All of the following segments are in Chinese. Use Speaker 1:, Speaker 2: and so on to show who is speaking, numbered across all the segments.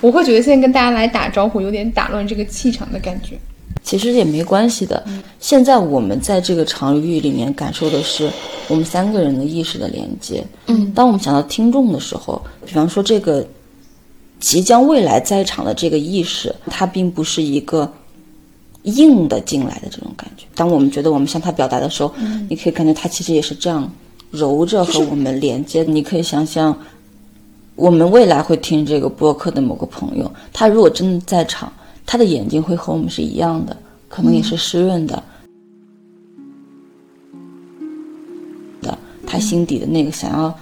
Speaker 1: 我会觉得现在跟大家来打招呼有点打乱这个气场的感觉。
Speaker 2: 其实也没关系的。现在我们在这个场域里面感受的是我们三个人的意识的连接。嗯，当我们想到听众的时候，比方说这个即将未来在场的这个意识，它并不是一个硬的进来的这种感觉。当我们觉得我们向他表达的时候，你可以感觉他其实也是这样揉着和我们连接。你可以想象。我们未来会听这个播客的某个朋友，他如果真的在场，他的眼睛会和我们是一样的，可能也是湿润的。的，他心底的那个想要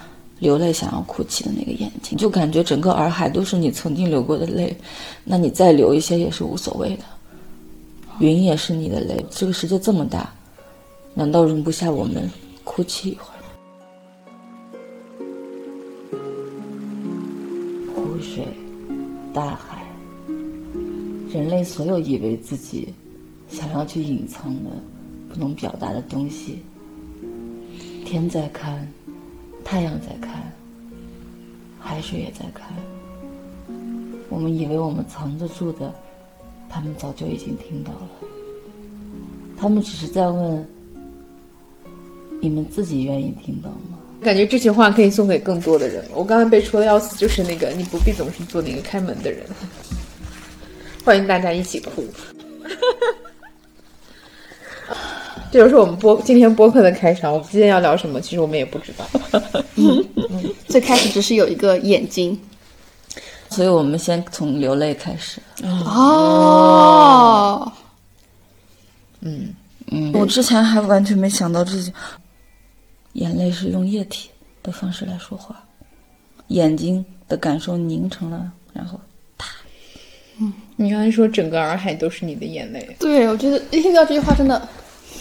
Speaker 2: 流泪、想要哭泣的那个眼睛，就感觉整个洱海都是你曾经流过的泪，那你再流一些也是无所谓的。云也是你的泪，这个世界这么大，难道容不下我们哭泣一会儿？湖水、大海，人类所有以为自己想要去隐藏的、不能表达的东西。天在看，太阳在看，海水也在看。我们以为我们藏得住的，他们早就已经听到了。他们只是在问：你们自己愿意听到吗？
Speaker 1: 感觉这句话可以送给更多的人了。我刚才被戳的要死，就是那个你不必总是做那个开门的人。欢迎大家一起哭。 这就是我们播今天播客的开场。我们今天要聊什么？其实我们也不知道。
Speaker 3: 最开始只是有一个眼睛
Speaker 2: 所以我们先从流泪开始。
Speaker 3: 嗯哦，
Speaker 2: 我之前还完全没想到这些，眼泪是用液体的方式来说话，眼睛的感受凝成了，然后
Speaker 1: 你刚才说整个洱海都是你的眼泪，
Speaker 3: 对，我觉得一听到这句话真的，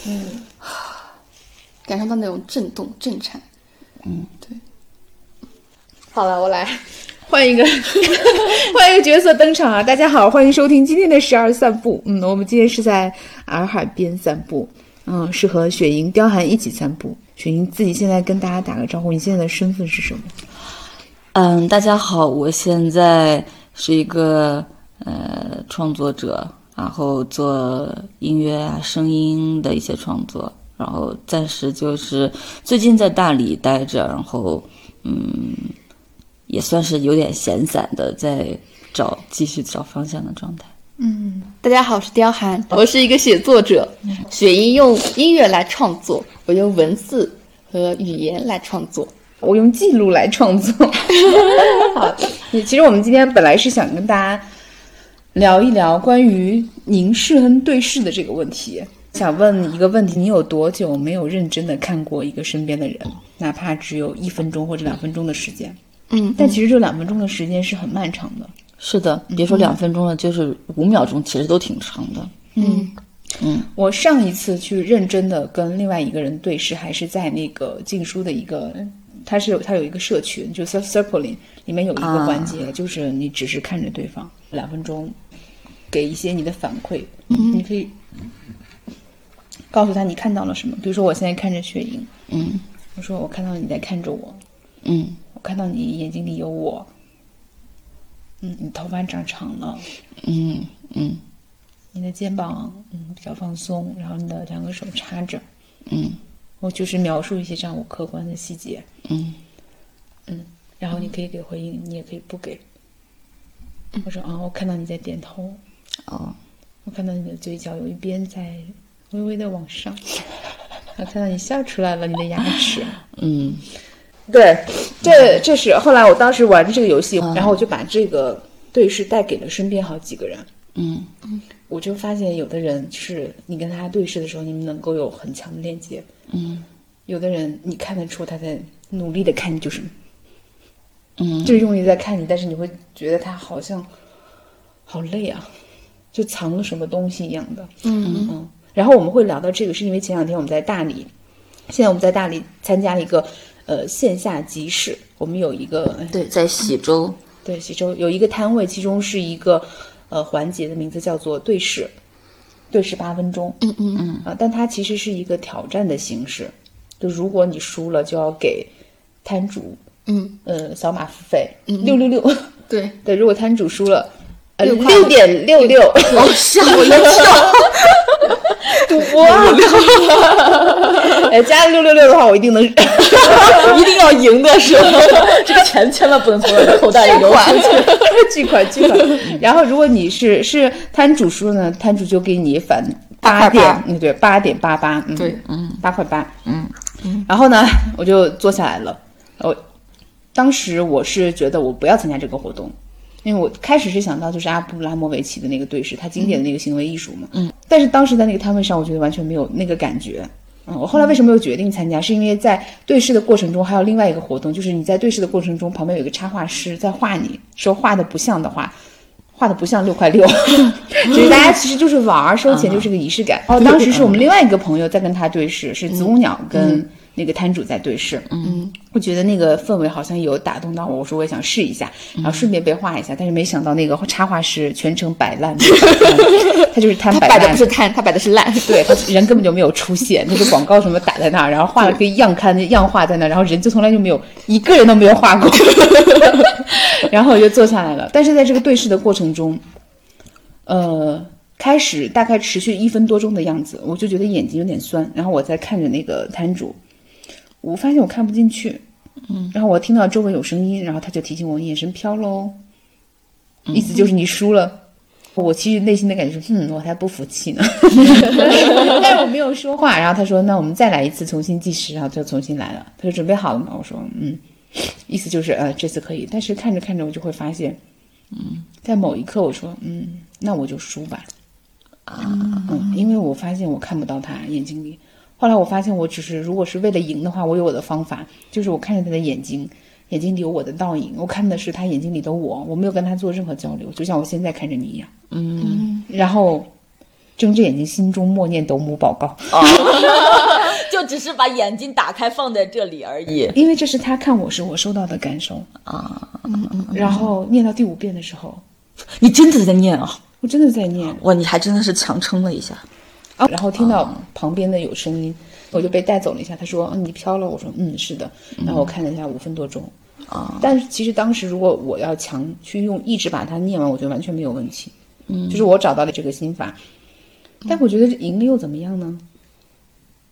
Speaker 3: 嗯， 感受到那种震动、震颤。嗯
Speaker 1: 好了，我来换一个 换一个角色登场啊！大家好，欢迎收听今天的十二散步。嗯，我们今天是在洱海边散步，嗯，是和雪莹、刁寒一起散步。雪莹自己现在跟大家打个招呼，你现在的身份是什么？
Speaker 2: 嗯，大家好，我现在是一个呃创作者，然后做音乐啊、声音的一些创作，然后暂时就是最近在大理待着，然后嗯，也算是有点闲散的，在找继续找方向的状态。
Speaker 3: 大家好，我是刁嗯寒，我是一个写作者。 雪莹用音乐来创作，我用文字和语言来创作。
Speaker 1: 我用记录来创作。 好，也其实我们今天本来是想跟大家聊一聊关于凝视跟对视的这个问题。想问你一个问题：你有多久没有认真的看过一个身边的人，哪怕只有一分钟或者两分钟的时间？
Speaker 3: 嗯，
Speaker 1: 但其实这两分钟的时间是很漫长的。
Speaker 2: 是的，别说两分钟了，就是五秒钟，其实都挺长的。
Speaker 3: 嗯
Speaker 1: 我上一次去认真的跟另外一个人对视，还是在那个禁书的一个，它是有它有一个社群，就 Self Circling 里面有一
Speaker 2: 啊
Speaker 1: 个环节，就是你只是看着对方两分钟，给一些你的反馈，
Speaker 2: 嗯
Speaker 1: 你可以告诉他你看到了什么。比如说我现在看着雪莹，
Speaker 2: 嗯
Speaker 1: 我说我看到你在看着我，
Speaker 2: 嗯
Speaker 1: 我看到你眼睛里有我，嗯，你头发长长了，
Speaker 2: 嗯嗯
Speaker 1: 你的肩膀嗯比较放松，然后你的两个手插着。
Speaker 2: 嗯
Speaker 1: 我就是描述一些这样我客观的细节，
Speaker 2: 嗯
Speaker 1: 嗯，然后你可以给回应，你也可以不给。我说啊，我看到你在点头，
Speaker 2: 哦，
Speaker 1: 我看到你的嘴角有一边在微微的往 上，我看到你笑出来了，你的牙齿。
Speaker 2: 嗯
Speaker 1: 对，这这是后来我当时玩这个游戏，然后我就把这个对视带给了身边好几个人。
Speaker 2: 嗯
Speaker 1: 我就发现有的人是你跟他对视的时候，你们能够有很强的链接；
Speaker 2: 嗯
Speaker 1: 有的人你看得出他在努力的看你，就是
Speaker 2: 嗯
Speaker 1: 就是用力在看你，但是你会觉得他好像好累啊，就藏了什么东西一样的。
Speaker 3: 嗯，
Speaker 1: 嗯，然后我们会聊到这个，是因为前两天我们在大理，现在我们在大理参加了一个呃线下集市，我们有一个哎
Speaker 2: 对，在喜洲，
Speaker 1: 对其中有一个摊位，其中是一个呃环节的名字叫做对视，对视八分钟。嗯嗯嗯啊，但它其实是一个挑战的形式，就如果你输了，就要给摊主
Speaker 3: 嗯
Speaker 1: 呃扫码付费，六六六，
Speaker 3: 对
Speaker 1: 对，如果摊主输了，呃，
Speaker 3: 六块
Speaker 1: 六点六六，
Speaker 2: 哦，吓我一跳！
Speaker 1: 赌博啊， 哎，加了六六六的话，我一定能
Speaker 2: 一定要赢的是吗？ 这个钱千万不能从我的口袋里流出 去。
Speaker 1: 巨款巨款。
Speaker 3: 嗯
Speaker 1: 然后如果你是是摊主输了呢，摊主就给你返
Speaker 3: 八块八
Speaker 1: 点，嗯，对，八点八八，嗯，
Speaker 3: 对，
Speaker 1: 嗯，八块八，嗯。然后呢， 我就坐下来了。我当时我是觉得我不要参加这个活动，因为我开始是想到就是阿布拉莫维奇的那个对视，他经典的那个行为艺术嘛。嗯。但是当时在那个摊位上，我觉得完全没有那个感觉。嗯，我后来为什么又决定参加？是因为在对视的过程中，还有另外一个活动，就是你在对视的过程中，旁边有一个插画师在画你，说画的不像的话，画的不像六块 六，就是大家其实就是玩儿，收钱就是个仪式感。哦，当时是我们另外一个朋友在跟他对视，是子午鸟跟那个摊主在对视。嗯，我觉得那个氛围好像有打动到我，我说我也想试一下，然后顺便被画一下，但是没想到那个插画师全程摆 烂，嗯他就是摊
Speaker 3: 他
Speaker 1: 摆
Speaker 3: 摆的
Speaker 1: 烂
Speaker 3: 不是摊，他摆的是烂。
Speaker 1: 对他人根本就没有出现，就是广告什么打在那儿，然后画了个样刊样画在那儿，然后人就从来就没有一个人都没有画过。 然后我就坐下来了，但是在这个对视的过程中，呃，开始大概持续一分多钟的样子，我就觉得眼睛有点酸，然后我在看着那个摊主，我发现我看不进去，嗯，然后我听到周围有声音，然后他就提醒我你眼神飘喽，意思就是你输了。我其实内心的感觉是，嗯，我才不服气呢，但是我没有说话。然后他说，那我们再来一次，重新计时，然后他就重新来了。他说准备好了吗？我说，嗯，意思就是，呃，这次可以。但是看着看着，我就会发现，嗯，在某一刻，我说，嗯，那我就输吧，啊，嗯，因为我发现我看不到他眼睛里。后来我发现，我只是如果是为了赢的话，我有我的方法，就是我看着他的眼睛，眼睛里有我的倒影，我看的是他眼睛里的我，我没有跟他做任何交流，就像我现在看着你一样。嗯，然后睁着眼睛，心中默念斗姆宝告，
Speaker 2: 就只是把眼睛打开放在这里而已。
Speaker 1: 因为这是他看我时我收到的感受啊。然后念到第五遍的时候，
Speaker 2: 你真的在念啊？
Speaker 1: 我真的在念，
Speaker 2: 哇，你还真的是强撑了一下。
Speaker 1: 啊，然后听到旁边的有声音，我就被带走了一下。他说：“嗯，你飘了。”我说：“嗯，是的。”然后我看了一下，五分多钟。啊，但是其实当时如果我要强去用意志把它念完，我觉得完全没有问题。嗯，就是我找到了这个心法，但我觉得赢了又怎么样呢？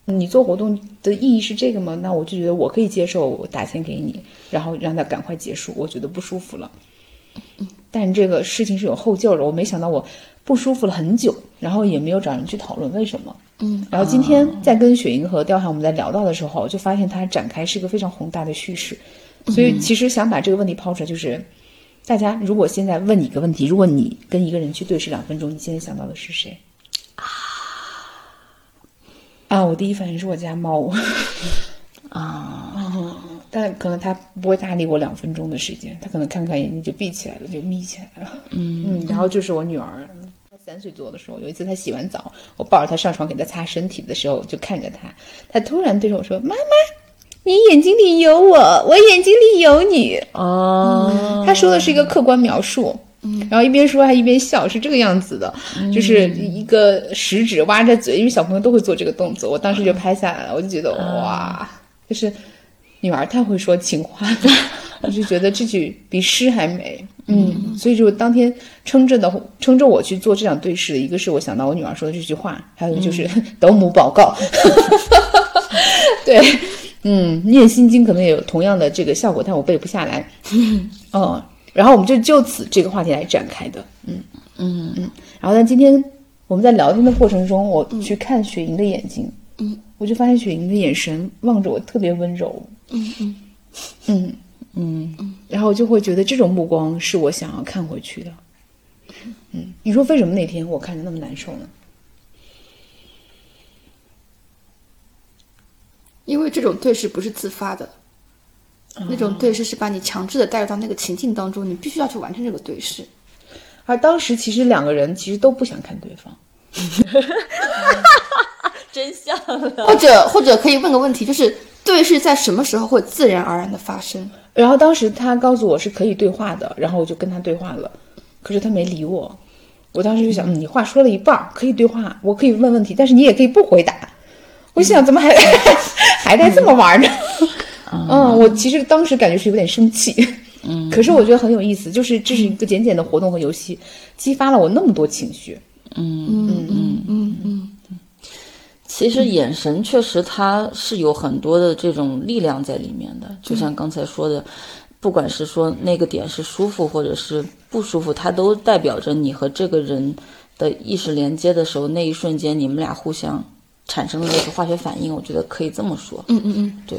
Speaker 1: 你做活动的意义是这个吗？那我就觉得我可以接受，我打钱给你，然后让它赶快结束，我觉得不舒服了。但这个事情是有后劲儿的，我没想到我不舒服了很久，然后也没有找人去讨论为什么。嗯，然后今天在跟雪莹和雕涵我们在聊到的时候，就发现它展开是一个非常宏大的叙事，所以其实想把这个问题抛出来，就是大家如果现在问你一个问题，如果你跟一个人去对视两分钟，你现在想到的是谁？啊，我第一反应是我家猫。啊但可能他不会搭理我两分钟的时间，他可能看看眼睛就闭起来了，就眯起来了。嗯嗯，然后就是我女儿，她三岁多的时候，有一次她洗完澡，我抱着她上床给她擦身体的时候，就看着她，她突然对着我说：“妈妈，你眼睛里有我，我眼睛里有你。”
Speaker 2: 哦，
Speaker 1: 他说的是一个客观描述，然后一边说还一边笑，是这个样子的，就是一个食指挖着嘴，因为小朋友都会做这个动作，我当时就拍下来了，我就觉得哇，就是女儿太会说情话 了，我就觉得这句比诗还美。嗯，所以就当天撑着的撑着我去做这场对视，一个是我想到我女儿说的这句话，还有就是 斗姆报告，对，嗯，念心经可能也有同样的这个效果，但我背不下来。嗯，然后我们就就此这个话题来展开的，嗯嗯嗯。然后但今天我们在聊天的过程中，我去看雪莹的眼睛，嗯，我就发现雪莹的眼神望着我特别温柔，嗯嗯嗯嗯，然后我就会觉得这种目光是我想要看回去的，嗯，你说为什么那天我看着那么难受呢？
Speaker 3: 因为这种对视不是自发的，那种对视是把你强制的带入到那个情境当中，你必须要去完成这个对视。
Speaker 1: 而当时其实两个人其实都不想看对方，
Speaker 2: 真相了。
Speaker 3: 或者或者可以问个问题，就是对视在什么时候会自然而然的发生？
Speaker 1: 然后当时他告诉我是可以对话的，然后我就跟他对话了，可是他没理我。我当时就想，嗯，你话说了一半儿，可以对话，我可以问问题，但是你也可以不回答。我就想，怎么 还、还在这么玩呢？嗯，我其实当时感觉是有点生气，嗯，可是我觉得很有意思，就是这是一个简简的活动和游戏，激发了我那么多情绪。
Speaker 3: 嗯嗯嗯嗯，
Speaker 2: 其实眼神确实它是有很多的这种力量在里面的，就
Speaker 3: 嗯
Speaker 2: 像刚才说的，不管是说那个点是舒服或者是不舒服，它都代表着你和这个人的意识连接的时候，那一瞬间你们俩互相产生的那个化学反应，我觉得可以这么说。
Speaker 3: 嗯嗯嗯，
Speaker 2: 对，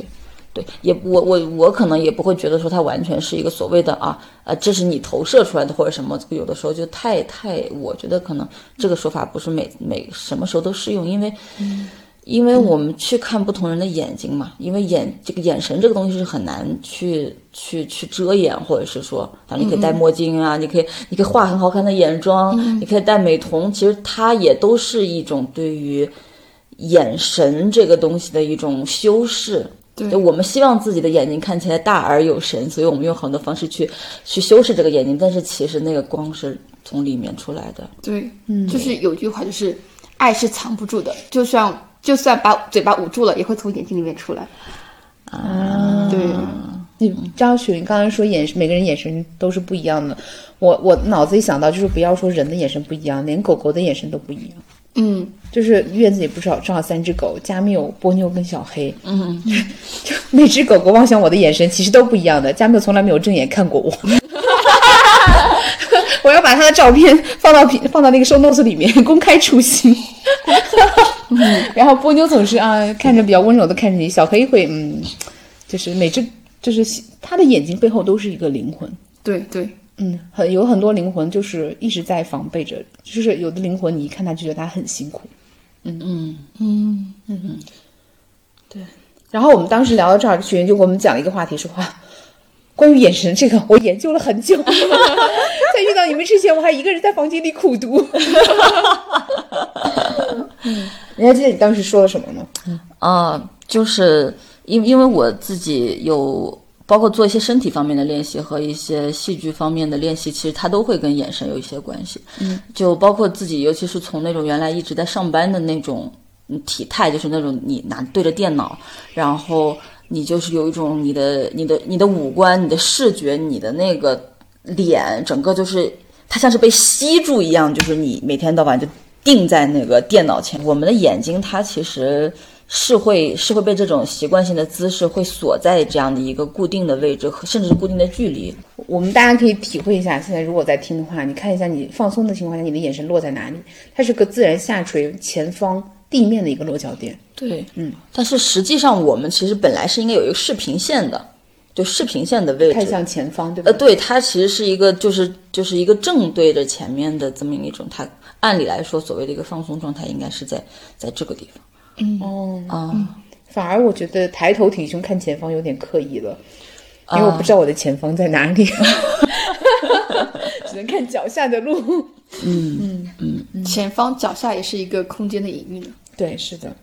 Speaker 2: 对，也我我我可能也不会觉得说它完全是一个所谓的啊呃，这是你投射出来的或者什么，这个有的时候就太太，我觉得可能这个说法不是每每什么时候都适用，因为。因为我们去看不同人的眼睛嘛，因为眼这个眼神这个东西是很难去去去遮掩，或者是说，啊，你可以戴墨镜啊，你可以你可以画很好看的眼妆，你可以戴美瞳，其实它也都是一种对于眼神这个东西的一种修饰。
Speaker 3: 对
Speaker 2: 就我们希望自己的眼睛看起来大而有神，所以我们用很多方式去去修饰这个眼睛，但是其实那个光是从里面出来的。
Speaker 3: 对，嗯，就是有句话就是，爱是藏不住的，就算就算把嘴巴捂住了，也会从眼睛里面出来。啊，对，
Speaker 1: 你张雪云刚才说眼神，每个人眼神都是不一样的。我我脑子一想到就是不要说人的眼神不一样，连狗狗的眼神都不一样。
Speaker 3: 嗯，
Speaker 1: 就是院子里不是有正好三只狗，加缪、波妞跟小黑。嗯，就每只狗狗望向我的眼神其实都不一样的。加缪从来没有正眼看过我。我要把他的照片放到屏放到那个 show notes 里面，公开处刑。 然后波妞总是啊，看着比较温柔的看着你，小黑会嗯，就是每只就是他的眼睛背后都是一个灵魂。
Speaker 3: 对对，
Speaker 1: 嗯，很有很多灵魂就是一直在防备着，就是有的灵魂你一看他就觉得他很辛苦。
Speaker 3: 嗯，
Speaker 1: 然后我们当时聊到这儿，雪云就给我们讲了一个话题，说 哇，关于眼神这个，我研究了很久， 在遇到你们之前，我还一个人在房间里苦读。 嗯你还记得你当时说了什么吗？
Speaker 2: 啊，就是因因为我自己有包括做一些身体方面的练习和一些戏剧方面的练习，其实它都会跟眼神有一些关系。嗯，就包括自己，尤其是从那种原来一直在上班的那种嗯体态，就是那种你拿对着电脑，然后你就是有一种你的你的你的五官、你的视觉、你的那个脸，整个就是它像是被吸住一样，就是你每天到晚就定在那个电脑前。我们的眼睛它其实是会是会被这种习惯性的姿势会锁在这样的一个固定的位置，甚至是固定的距离。
Speaker 1: 我们大家可以体会一下，现在如果在听的话，你看一下你放松的情况下，你的眼神落在哪里？它是个自然下垂前方地面的一个落脚点。
Speaker 2: 对，嗯。但是实际上，我们其实本来是应该有一个视平线的，就视平线的位置。
Speaker 1: 看向前方，对吧？
Speaker 2: 呃，对，它其实是一个，就是就是一个正对着前面的这么一种，它按理来说所谓的一个放松状态，应该是在在这个地方。嗯哦啊，
Speaker 1: 反而我觉得抬头挺胸看前方有点刻意了，因为我不知道我的前方在哪 里，只能看脚下的路。
Speaker 3: 前方脚下也是一个空间的隐喻呢。
Speaker 1: 对，是的，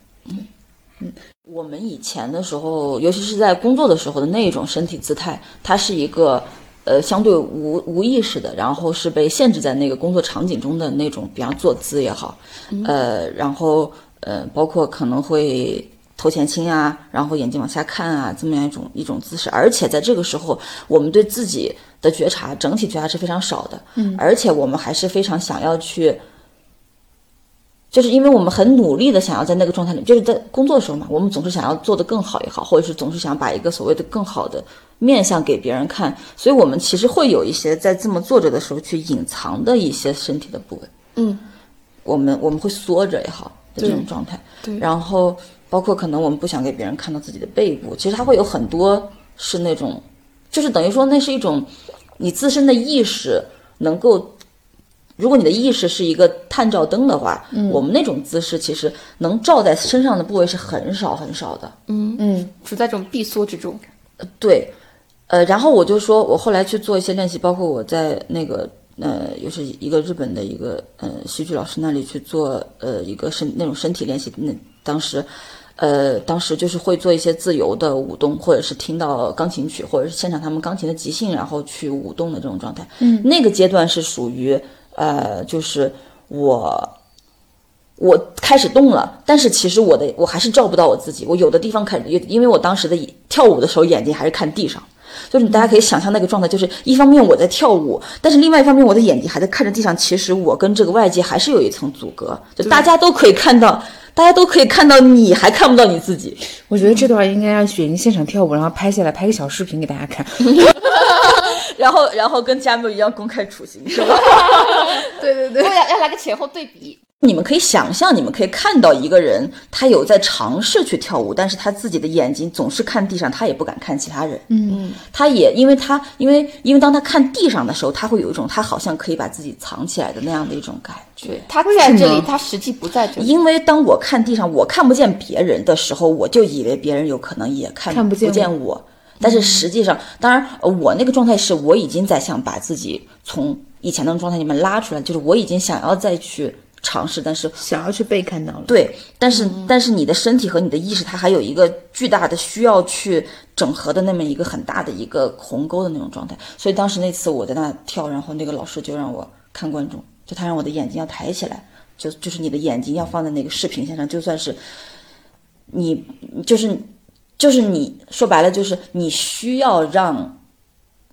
Speaker 2: 我们以前的时候，尤其是在工作的时候的那一种身体姿态，它是一个呃相对无无意识的，然后是被限制在那个工作场景中的那种，比方坐姿也好，呃，然后呃，包括可能会头前倾啊，然后眼睛往下看啊，这么样一种一种姿势。而且在这个时候，我们对自己的觉察，整体觉察是非常少的，嗯，而且我们还是非常想要去。就是因为我们很努力的想要在那个状态里，就是在工作的时候嘛，我们总是想要做得更好也好，或者是总是想把一个所谓的更好的面相给别人看，所以我们其实会有一些在这么坐着的时候去隐藏的一些身体的部位，
Speaker 3: 嗯，
Speaker 2: 我们我们会缩着也好的这种状态，
Speaker 3: 对
Speaker 2: 然后包括可能我们不想给别人看到自己的背部，其实它会有很多是那种，就是等于说那是一种你自身的意识能够如果你的意识是一个探照灯的话，
Speaker 3: 嗯
Speaker 2: 我们那种姿势其实能照在身上的部位是很少很少的。
Speaker 1: 嗯
Speaker 3: 处在这种闭缩之 中。
Speaker 2: 对，呃，然后我就说，我后来去做一些练习，包括我在那个呃，又是一个日本的一个呃戏剧老师那里去做呃一个身那种身体练习，那当时。呃，当时就是会做一些自由的舞动，或者是听到钢琴曲，或者是现场他们钢琴的即兴，然后去舞动的这种状态。嗯，那个阶段是属于呃，就是我我开始动了，但是其实我的我还是照不到我自己，我有的地方看，因为我当时的跳舞的时候眼睛还是看地上，就是大家可以想象那个状态，就是一方面我在跳舞，但是另外一方面我的眼睛还在看着地上，其实我跟这个外界还是有一层阻隔，就大家都可以看到，大家都可以看到你，还看不到你自己。
Speaker 1: 我觉得这段应该让雪莹现场跳舞，然后拍下来，拍个小视频给大家看。
Speaker 2: 然后，然后跟加缪一样公开处刑，是吧？
Speaker 1: 对对
Speaker 3: 我，要要来个前后对比。
Speaker 2: 你们可以想象，你们可以看到一个人，他有在尝试去跳舞，但是他自己的眼睛总是看地上，他也不敢看其他人。
Speaker 1: 嗯，
Speaker 2: 他也因为他因为因为当他看地上的时候，他会有一种他好像可以把自己藏起来的那样的一种感觉。
Speaker 3: 他在这
Speaker 1: 为什
Speaker 3: 里，
Speaker 1: 么
Speaker 3: 他实际不在这里。
Speaker 2: 因为当我看地上我看不见别人的时候，我就以为别人有可能也看
Speaker 1: 看不见嗯
Speaker 2: 见我。但是实际上，当然，呃我那个状态是我已经在想把自己从以前那种状态里面拉出来，就是我已经想要再去尝试，但是
Speaker 1: 想要去被看到了。
Speaker 2: 对，但是、但是你的身体和你的意识，它还有一个巨大的需要去整合的那么一个很大的一个鸿沟的那种状态。所以当时那次我在那跳，然后那个老师就让我看观众，就他让我的眼睛要抬起来，就就是你的眼睛要放在那个视频线上，就算是你就是就是你说白了就是你需要让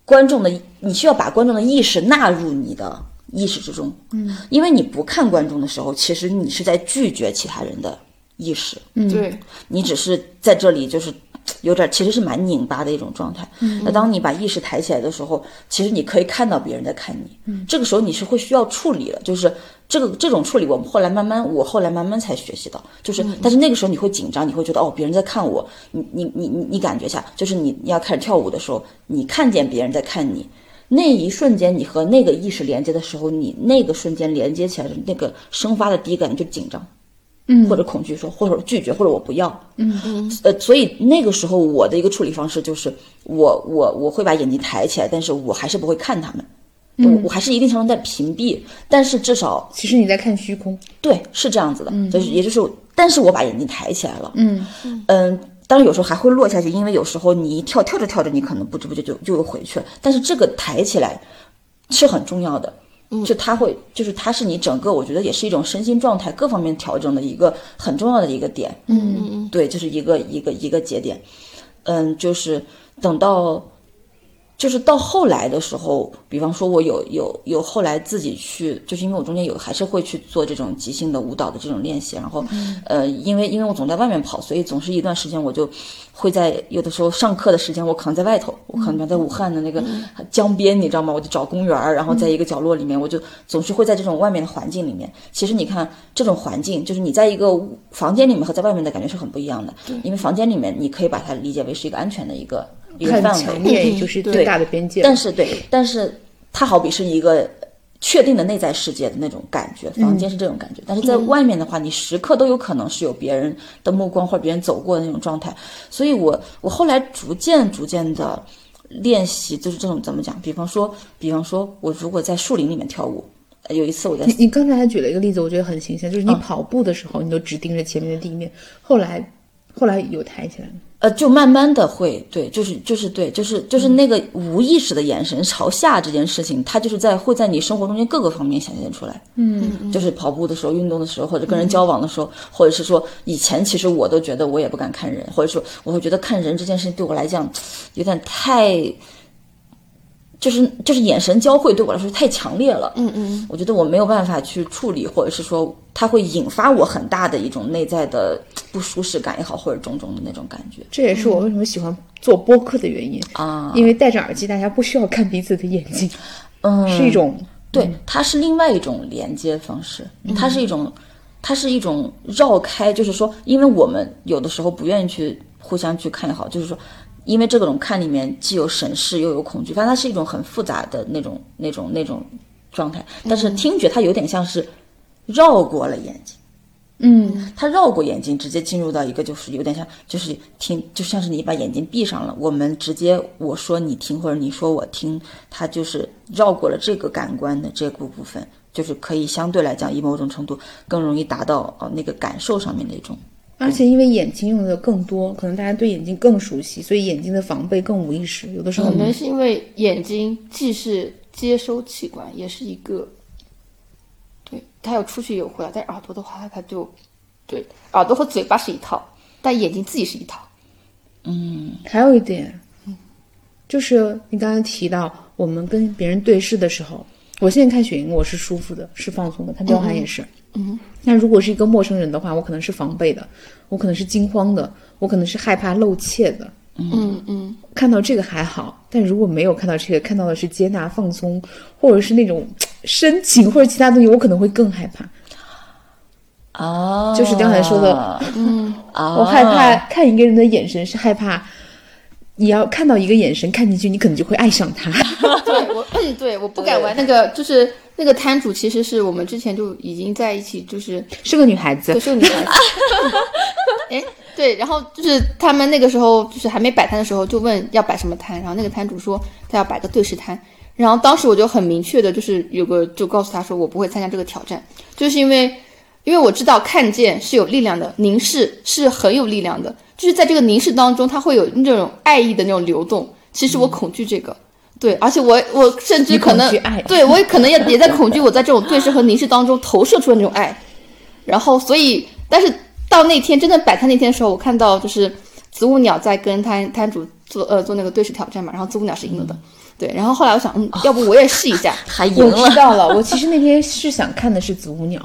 Speaker 2: 观众的，你需要把观众的意识纳入你的意识之中。嗯，因为你不看观众的时候，其实你是在拒绝其他人的意识，
Speaker 3: 对，
Speaker 2: 你只是在这里就是。有点其实是蛮拧巴的一种状态。那当你把意识抬起来的时候，其实你可以看到别人在看你。这个时候你是会需要处理的，就是这个这种处理，我们后来慢慢，我后来慢慢才学习到，就是，但是那个时候你会紧张，你会觉得哦，别人在看我，你你你你你感觉一下，就是你你要开始跳舞的时候，你看见别人在看你。那一瞬间，你和那个意识连接的时候，你那个瞬间连接起来的那个生发的第一感觉就紧张，嗯，或者恐惧说，或者拒绝，或者我不要，呃，所以那个时候我的一个处理方式就是我，我我会把眼睛抬起来，但是我还是不会看他们，我我还是一定程度在屏蔽，但是至少
Speaker 1: 其实你在看虚空。
Speaker 2: 对是这样子的，就是也就是，但是我把眼睛抬起来了，嗯嗯，当然有时候还会落下去，因为有时候你一跳跳着跳着，你可能不知不觉就就又回去了，但是这个抬起来是很重要的。就它会，就是它是你整个，我觉得也是一种身心状态各方面调整的一个很重要的一个点。
Speaker 3: 嗯嗯
Speaker 2: 对，就是一个一个一个节点。嗯，就是等到，就是到后来的时候，比方说我有有有后来自己去，就是因为我中间有还是会去做这种即兴的舞蹈的这种练习，然后，
Speaker 1: 嗯
Speaker 2: 呃，因为因为我总在外面跑，所以总是一段时间我就会在有的时候上课的时间，我可能在外头，我可
Speaker 1: 嗯
Speaker 2: 能在武汉的那个江边，你知道吗？我就找公园儿，然后在
Speaker 1: 嗯
Speaker 2: 一个角落里面，我就总是会在这种外面的环境里面。其实你看，这种环境就是你在一个屋房间里面和在外面的感觉是很不一样的，因为房间里面你可以把它理解为是一个安全的一个一个
Speaker 1: 看
Speaker 2: 范
Speaker 1: 强
Speaker 2: 围，
Speaker 1: 烈也就是最大的边界。
Speaker 2: 但是对，但是它好比是一个。确定的内在世界的那种感觉，房间是这种感觉，但是在外面的话，你时刻都有可能是有别人的目光或者别人走过的那种状态，所以我我后来逐渐逐渐的练习，就是这种怎么讲？比方说，比方说我如果在树林里面跳舞，呃有一次我在
Speaker 1: 你你刚才还举了一个例子，我觉得很形象，就是你
Speaker 2: 嗯
Speaker 1: 跑步的时候，你都只盯着前面的地面，后来后来有抬起来吗？
Speaker 2: 呃，就慢慢的会，对，就是就是对，就是就是那个无意识的眼神朝下这件事情，它就是在会在你生活中间各个方面显现出来。嗯，就是跑步的时候、运动的时候，或者跟人交往的时候，或者是说以前其实我都觉得我也不敢看人，或者说我会觉得看人这件事情对我来讲有点太，就是就是眼神交汇对我来说太强烈了。嗯
Speaker 3: 嗯，
Speaker 2: 我觉得我没有办法去处理，或者是说它会引发我很大的一种内在的不舒适感也好，或者种种的那种感觉。
Speaker 1: 这也是我为什么喜欢做播客的原因
Speaker 2: 嗯啊
Speaker 1: 因为戴着耳机，大家不需要看彼此的眼睛，
Speaker 2: 嗯，
Speaker 1: 是一种
Speaker 2: 对，它是另外一种连接方式，它是一种，它是一种绕开，就是说，因为我们有的时候不愿意去互相去看也好，就是说，因为这种看里面既有审视又有恐惧，反正它是一种很复杂的那种那种那种状态。但是听觉它有点像是绕过了眼睛。
Speaker 1: 嗯，
Speaker 2: 它绕过眼睛，直接进入到一个就是有点像，就是听，就像是你把眼睛闭上了，我们直接我说你听或者你说我听，它就是绕过了这个感官的这个部分，就是可以相对来讲，以某种程度更容易达到呃那个感受上面的一种。
Speaker 1: 而且因为眼睛用的更多，可能大家对眼睛更熟悉，所以眼睛的防备更无意识。有的时
Speaker 2: 嗯
Speaker 1: 候
Speaker 3: 可能是因为眼睛既是接收器官，也是一个，对，它有出去有回来，但是耳朵的话，它就，对，耳朵和嘴巴是一套，但眼睛自己是一套。
Speaker 1: 还有一点，就是你刚刚提到我们跟别人对视的时候，我现在看雪莹我是舒服的，是放松的，看彪悍也是。
Speaker 3: 嗯，
Speaker 1: 那如果是一个陌生人的话，我可能是防备的，我可能是惊慌的，我可能是害怕露怯的。
Speaker 3: 嗯嗯，
Speaker 1: 看到这个还好，但如果没有看到这个，看到的是接纳、放松，或者是那种嘖深情或者其他东西，我可能会更害怕。
Speaker 2: 啊，
Speaker 1: 就是刚才说的嗯
Speaker 2: 啊，
Speaker 1: 我害怕看一个人的眼神是害怕，你要看到一个眼神看进去，你可能就会爱上 他。
Speaker 3: 对我，嗯，对，我不敢玩那个，就是那个摊主，其实是我们之前就已经在一起，就是
Speaker 1: 是个女孩子
Speaker 3: 对，，是个女孩子。哎，对，然后就是他们那个时候就是还没摆摊的时候，就问要摆什么摊，然后那个摊主说他要摆个对视摊，然后当时我就很明确的，就是有个就告诉他说我不会参加这个挑战，就是因为因为我知道看见是有力量的，凝视是很有力量的，就是在这个凝视当中，它会有那种爱意的那种流动。其实我恐惧这个。对，而且我我甚至
Speaker 1: 你
Speaker 3: 可
Speaker 1: 恐
Speaker 3: 能
Speaker 1: 惧爱
Speaker 3: 对我也可能也也在恐惧，我在这种对视和凝视当中投射出了那种爱，然后所以，但是到那天真的摆摊那天的时候，我看到就是子午鸟在跟摊摊主做呃做那个对视挑战嘛，然后子午鸟是赢了的，对，然后后来我想，嗯，要不我也试一下，
Speaker 2: 还赢
Speaker 1: 我
Speaker 2: 了
Speaker 1: 知道了。我其实那天是想看的是子午鸟，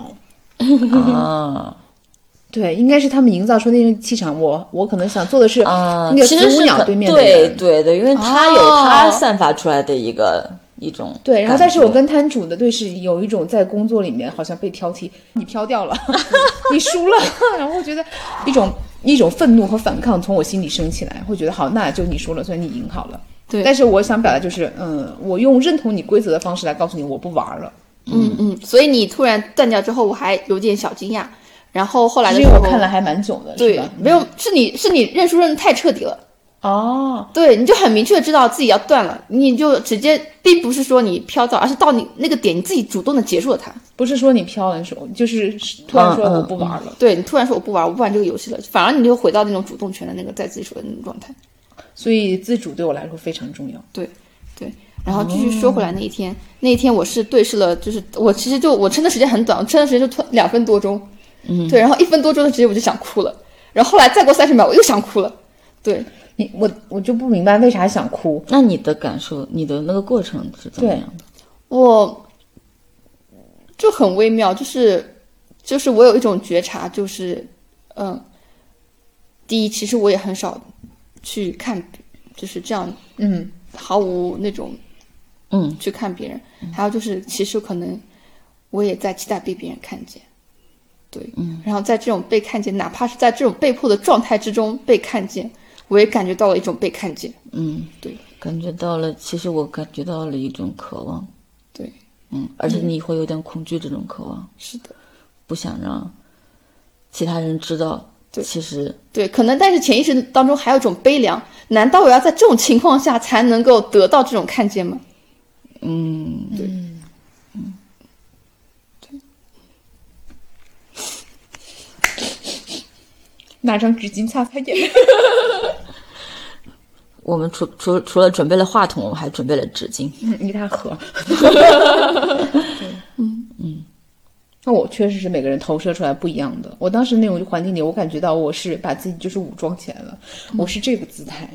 Speaker 2: 啊！
Speaker 1: 对，应该是他们营造出那种气场。我我可能想做的是
Speaker 2: 啊，
Speaker 1: 那个
Speaker 2: 其
Speaker 1: 子
Speaker 2: 实
Speaker 1: 午
Speaker 2: 是
Speaker 1: 鸟
Speaker 2: 可
Speaker 1: 对面的
Speaker 2: 对
Speaker 1: 人
Speaker 2: 对的，因为它有
Speaker 3: 哦
Speaker 2: 它散发出来的一个一种
Speaker 1: 对，然后
Speaker 2: 感
Speaker 1: 但是我
Speaker 2: 觉
Speaker 1: 跟摊主的对视，有一种在工作里面好像被挑剔，你飘掉了， 你输了， 然后我觉得一种一种愤怒和反抗从我心里升起来，会觉得好，那就你输了，所以你赢好了。
Speaker 3: 对
Speaker 1: 但是我想表达就是，嗯，我用认同你规则的方式来告诉你，我不玩了，
Speaker 3: 嗯嗯，所以你突然断掉之后，我还有点小惊讶，然后后来
Speaker 1: 因
Speaker 3: 的
Speaker 1: 为
Speaker 3: 时候
Speaker 1: 我，看了还蛮久的，是
Speaker 3: 对
Speaker 1: 吧，？
Speaker 3: 没有，是你是你认输认得太彻底了。
Speaker 1: 哦，
Speaker 3: 对，你就很明确地知道自己要断了，你就直接，并不是说你飘到，而是到你那个点，你自己主动的结束了它。
Speaker 1: 不是说你飘了，是就是突然说
Speaker 2: 嗯嗯
Speaker 1: 我不玩了，
Speaker 3: 对你突然说我不玩，我不玩这个游戏了，反而你就回到那种主动权的那个在自己手的那种状态。
Speaker 1: 所以自主对我来说非常重要。
Speaker 3: 对，对。然后继续说回来那一天，那一天我是对视了，就是我其实就我撑的时间很短，我撑的时间就突两分多钟，嗯，对，然后一分多钟的时间我就想哭了，然后后来再过三十秒我又想哭了，对，
Speaker 1: 你我我就不明白为啥想哭，
Speaker 2: 那你的感受，你的那个过程是怎么
Speaker 1: 对
Speaker 2: 样的？
Speaker 3: 我就很微妙，就是就是我有一种觉察，就是嗯，第一，其实我也很少去看，就是这样
Speaker 1: 嗯，
Speaker 3: 毫无那种
Speaker 2: 嗯
Speaker 3: 去看别人，还有就是其实可能我也在期待被别人看见，对，嗯，然后在这种被看见，哪怕是在这种被迫的状态之中被看见，我也感觉到了一种被看见，
Speaker 2: 嗯，
Speaker 3: 对，
Speaker 2: 感觉到了，其实我感觉到了一种渴望，
Speaker 3: 对，
Speaker 2: 嗯，而且你会有点恐惧这种渴望，
Speaker 3: 是的。
Speaker 2: 不想让其他人知道，
Speaker 3: 对
Speaker 2: 其实
Speaker 3: 对，可能但是潜意识当中还有一种悲凉，难道我要在这种情况下才能够得到这种看见吗？
Speaker 2: 嗯，
Speaker 1: 拿张纸巾擦擦眼 泪。
Speaker 2: 我们除除除了准备了话筒，我们还准备了纸巾，
Speaker 1: 嗯一大盒。嗯嗯，那我确实是每个人投射出来不一样的。我当时那种环境里，我感觉到我是把自己就是武装起来了，
Speaker 2: 嗯
Speaker 1: 我是这个姿态，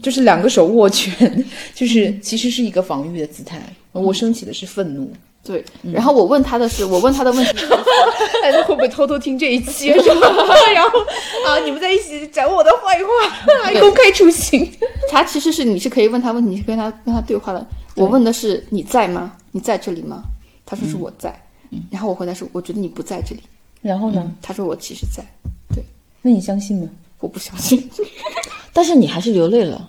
Speaker 1: 就是两个手握拳，就是其实是一个防御的姿态。我升起的是愤怒，
Speaker 3: 对，然后我问他的是，我问他的问题是，
Speaker 1: 大家会不会偷偷听这一期？ 然后啊，你们在一起讲我的坏话， 还公开处刑。
Speaker 3: 他其实是你是可以问他问题，你是跟他跟他对话的。我问的是你在吗？你在这里吗？他说是我在，然后我回答是我觉得你不在这里，
Speaker 1: 然后呢？
Speaker 3: 他说我其实在，
Speaker 1: 那你相信吗？
Speaker 3: 我不相信，
Speaker 2: 但是你还是流泪了，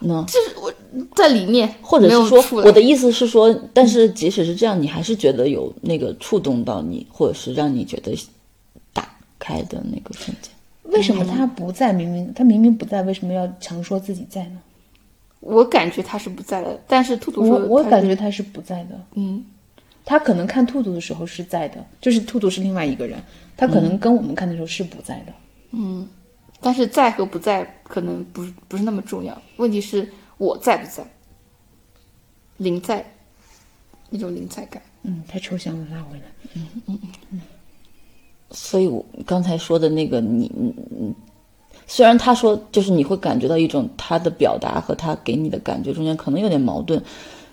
Speaker 2: 那
Speaker 3: 就是我在里面，
Speaker 2: 或者
Speaker 3: 没有
Speaker 2: 是说
Speaker 3: 出，来
Speaker 2: 我的意思是说，但是即使是这样，你还是觉得有那个触动到你，或者是让你觉得打开的那个瞬间，
Speaker 1: 为什么他不在？明明他明明不在，为什么要强说自己在呢？
Speaker 3: 我感觉他是不在的，但是兔兔说
Speaker 1: 我我
Speaker 3: 他
Speaker 1: 感
Speaker 3: 是
Speaker 1: 觉他是不在的，
Speaker 3: 嗯
Speaker 1: 他可能看兔兔的时候是在的，就是兔兔是另外一个人，他可能跟我们看的时候是不在的。
Speaker 3: 嗯，但是在和不在可能不是不是那么重要，问题是我在不在，零在，一种零在感。
Speaker 1: 嗯，太抽象了，拉回来。
Speaker 2: 所以我刚才说的那个你，你你虽然他说就是你会感觉到一种他的表达和他给你的感觉中间可能有点矛盾，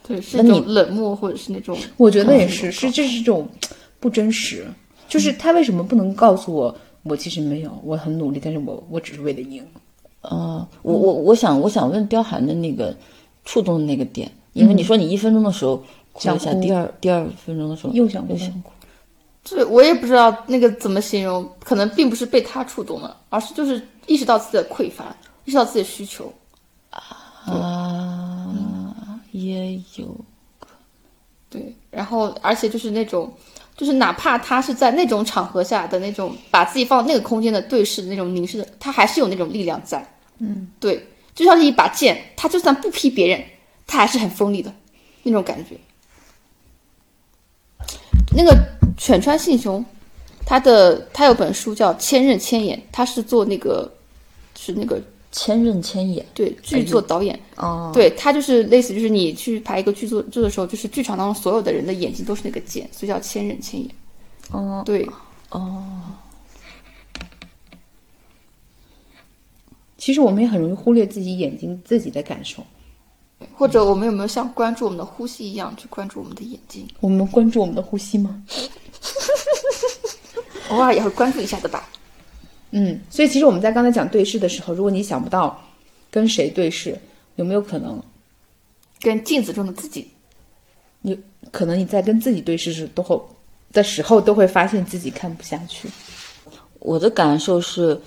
Speaker 3: 对，是那种冷漠或者是那种，嗯
Speaker 1: 我觉得也是，是这是一种不真实，就是他为什么不能告诉我，我其实没有，我很努力，但是我我只是为了赢。
Speaker 2: 呃，我我我想我想问刁寒的那个触动的那个点，因为你说你一分钟的时候哭了一
Speaker 1: 嗯
Speaker 2: 下，
Speaker 1: 想哭
Speaker 2: 第二第二分钟的时候
Speaker 1: 又想哭
Speaker 2: 又想哭，
Speaker 3: 这我也不知道那个怎么形容，可能并不是被他触动了，而是就是意识到自己的匮乏，意识到自己的需求。
Speaker 2: 啊，也有
Speaker 3: 对，然后而且就是那种，就是哪怕他是在那种场合下的那种，把自己放到那个空间的对视的那种凝视的，他还是有那种力量在。嗯，对，就像是一把剑，他就算不劈别人，他还是很锋利的那种感觉。那个犬川信雄，他的他有本书叫《千仞千言》，他是做那个，是那个
Speaker 2: 千仞千眼
Speaker 3: 对剧作导演。
Speaker 2: 哦，
Speaker 3: 对，它就是类似，就是你去排一个剧作剧的时候，就是剧场当中所有的人的眼睛都是那个剑，所以叫千人千眼。
Speaker 1: 嗯
Speaker 2: 哦
Speaker 3: 对，
Speaker 1: 其实我们也很容易忽略自己眼睛自己的感受，
Speaker 3: 或者我们有没有像关注我们的呼吸一样去关注我们的眼睛？
Speaker 1: 我们关注我们的呼吸吗？
Speaker 3: 偶尔也会关注一下的吧。
Speaker 1: 嗯，所以其实我们在刚才讲对视的时候，如果你想不到跟谁对视，有没有可能，
Speaker 3: 跟镜子中的自己，
Speaker 1: 你可能你在跟自己对视时都会的时候，都会发现自己看不下去。
Speaker 2: 我的感受是，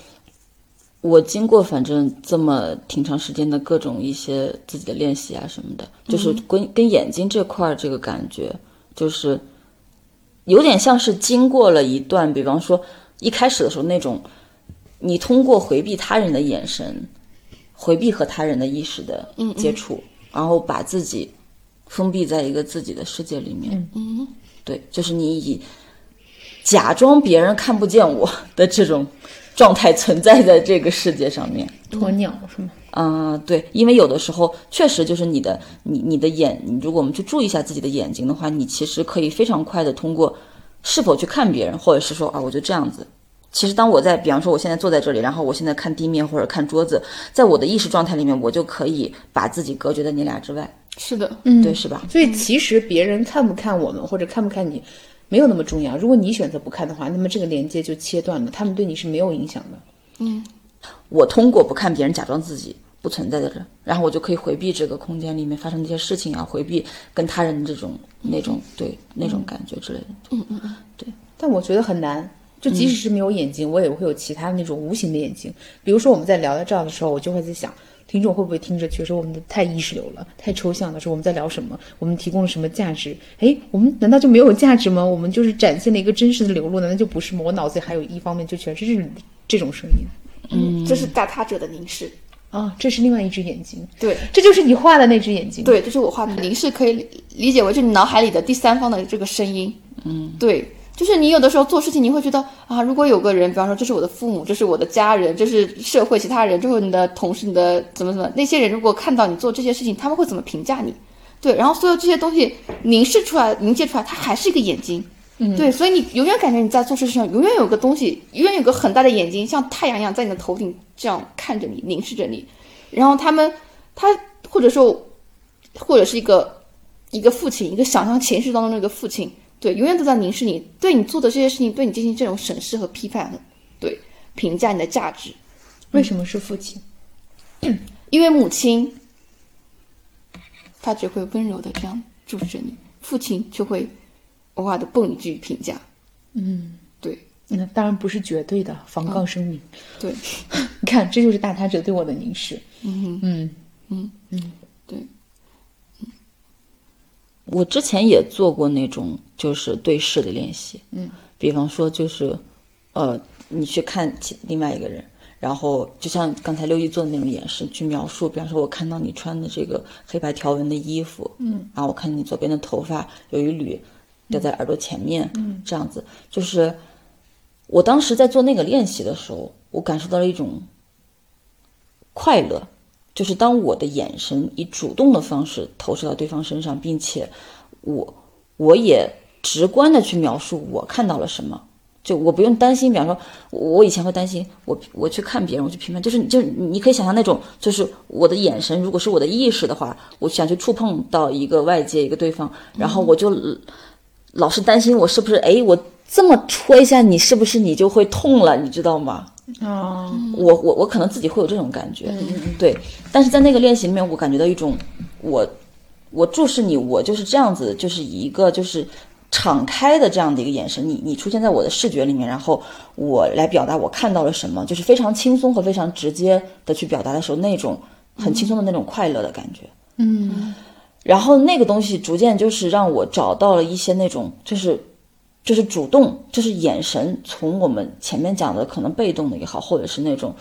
Speaker 2: 我经过反正这么挺长时间的各种一些自己的练习啊什么的，就是跟跟眼睛这块儿这个感觉，就是有点像是经过了一段，比方说一开始的时候那种，你通过回避他人的眼神，回避和他人的意识的接触，然后把自己封闭在一个自己的世界里面。嗯，对，就是你以假装别人看不见我的这种状态存在在这个世界上面。
Speaker 1: 鸵鸟是吗？
Speaker 2: 啊、对，因为有的时候确实就是你的，你你的眼，你如果我们去注意一下自己的眼睛的话，你其实可以非常快的通过是否去看别人，或者是说啊，我就这样子。其实当我在，比方说我现在坐在这里，然后我现在看地面或者看桌子，在我的意识状态里面，我就可以把自己隔绝在你俩之外，
Speaker 3: 是的，
Speaker 2: 对，是吧？
Speaker 1: 所以其实别人看不看我们，或者看不看你，没有那么重要。如果你选择不看的话，那么这个连接就切断了，他们对你是没有影响的。
Speaker 2: 我通过不看别人，假装自己不存在的人，然后我就可以回避这个空间里面发生的一些事情啊，回避跟他人这种那种对那种感觉之类的。
Speaker 1: 但我觉得很难。就即
Speaker 3: 嗯
Speaker 1: 使是没有眼睛，我也会有其他那种无形的眼睛。比如说我们在聊到这儿的时候，我就会在想，听众会不会听着觉得我们的太意识流了，太抽象了，说我们在聊什么，我们提供了什么价值？诶，我们难道就没有价值吗？我们就是展现了一个真实的流露，难道就不是吗？我脑子里还有一方面就全是这这种声音
Speaker 3: 嗯，这是打他者的凝视。
Speaker 1: 啊，这是另外一只眼睛，
Speaker 3: 对，
Speaker 1: 这就是你画的那只眼睛。
Speaker 3: 对，这是我画的凝视，可以理理解为就是你脑海里的第三方的这个声音。嗯，对，就是你有的时候做事情，你会觉得啊，如果有个人，比方说这是我的父母，这是我的家人，这是社会其他人，这是你的同事，你的怎么怎么，那些人如果看到你做这些事情，他们会怎么评价你？对，然后所有这些东西凝视出来、凝结出来，它还是一个眼睛。嗯，对，所以你永远感觉你在做事情上，永远有个东西，永远有个很大的眼睛，像太阳一样在你的头顶这样看着你，凝视着你。然后他们，他或者说或者是一个一个父亲，一个想象潜意识当中的一个父亲，对，永远都在凝视你，对你做的这些事情，对你进行这种审视和批判，对，评价你的价值。
Speaker 1: 为什么是父亲？
Speaker 3: 因为母亲，她只会温柔的这样注视着你，父亲却会偶尔的蹦一句评价。嗯，对
Speaker 1: 那当然不是绝对的，
Speaker 3: 嗯
Speaker 1: 防杠声明。
Speaker 3: 对嗯
Speaker 1: 你看，这就是大他者对我的凝视。
Speaker 3: 对，
Speaker 2: 我之前也做过那种就是对视的练习，嗯，比方说就是，呃，你去看其另外一个人，然后就像刚才六一做的那种演示，去描述，比方说我看到你穿的这个黑白条纹的衣服，嗯，然后我看你左边的头发有一缕掉在耳朵前面，嗯，这样子，就是我当时在做那个练习的时候，我感受到了一种快乐，就是当我的眼神以主动的方式投射到对方身上，并且我我也直观的去描述我看到了什么，就我不用担心，比方说，我以前会担心，我我去看别人，我去评判，就是就是你可以想象那种，就是我的眼神，如果是我的意识的话，我想去触碰到一个外界一个对方，然后我就、老是担心我是不是哎，我这么戳一下你，是不是你就会痛了，你知道吗？
Speaker 1: 哦，
Speaker 2: 我我我可能自己会有这种感觉，对。但是在那个练习里面，我感觉到一种我我注视你，我就是这样子，就是以一个就是敞开的这样的一个眼神，你你出现在我的视觉里面，然后我来表达我看到了什么，就是非常轻松和非常直接的去表达的时候，那种很轻松的那种快乐的感觉。
Speaker 1: 嗯，
Speaker 2: 然后那个东西逐渐就是让我找到了一些那种就是就是主动，就是眼神从我们前面讲的可能被动的也好，或者是那种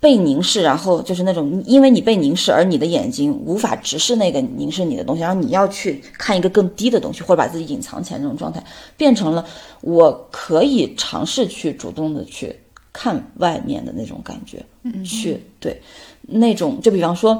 Speaker 2: 被凝视，然后就是那种因为你被凝视而你的眼睛无法直视那个凝视你的东西，然后你要去看一个更低的东西，或者把自己隐藏起来那种状态，变成了我可以尝试去主动的去看外面的那种感觉，嗯、去对那种就比方说，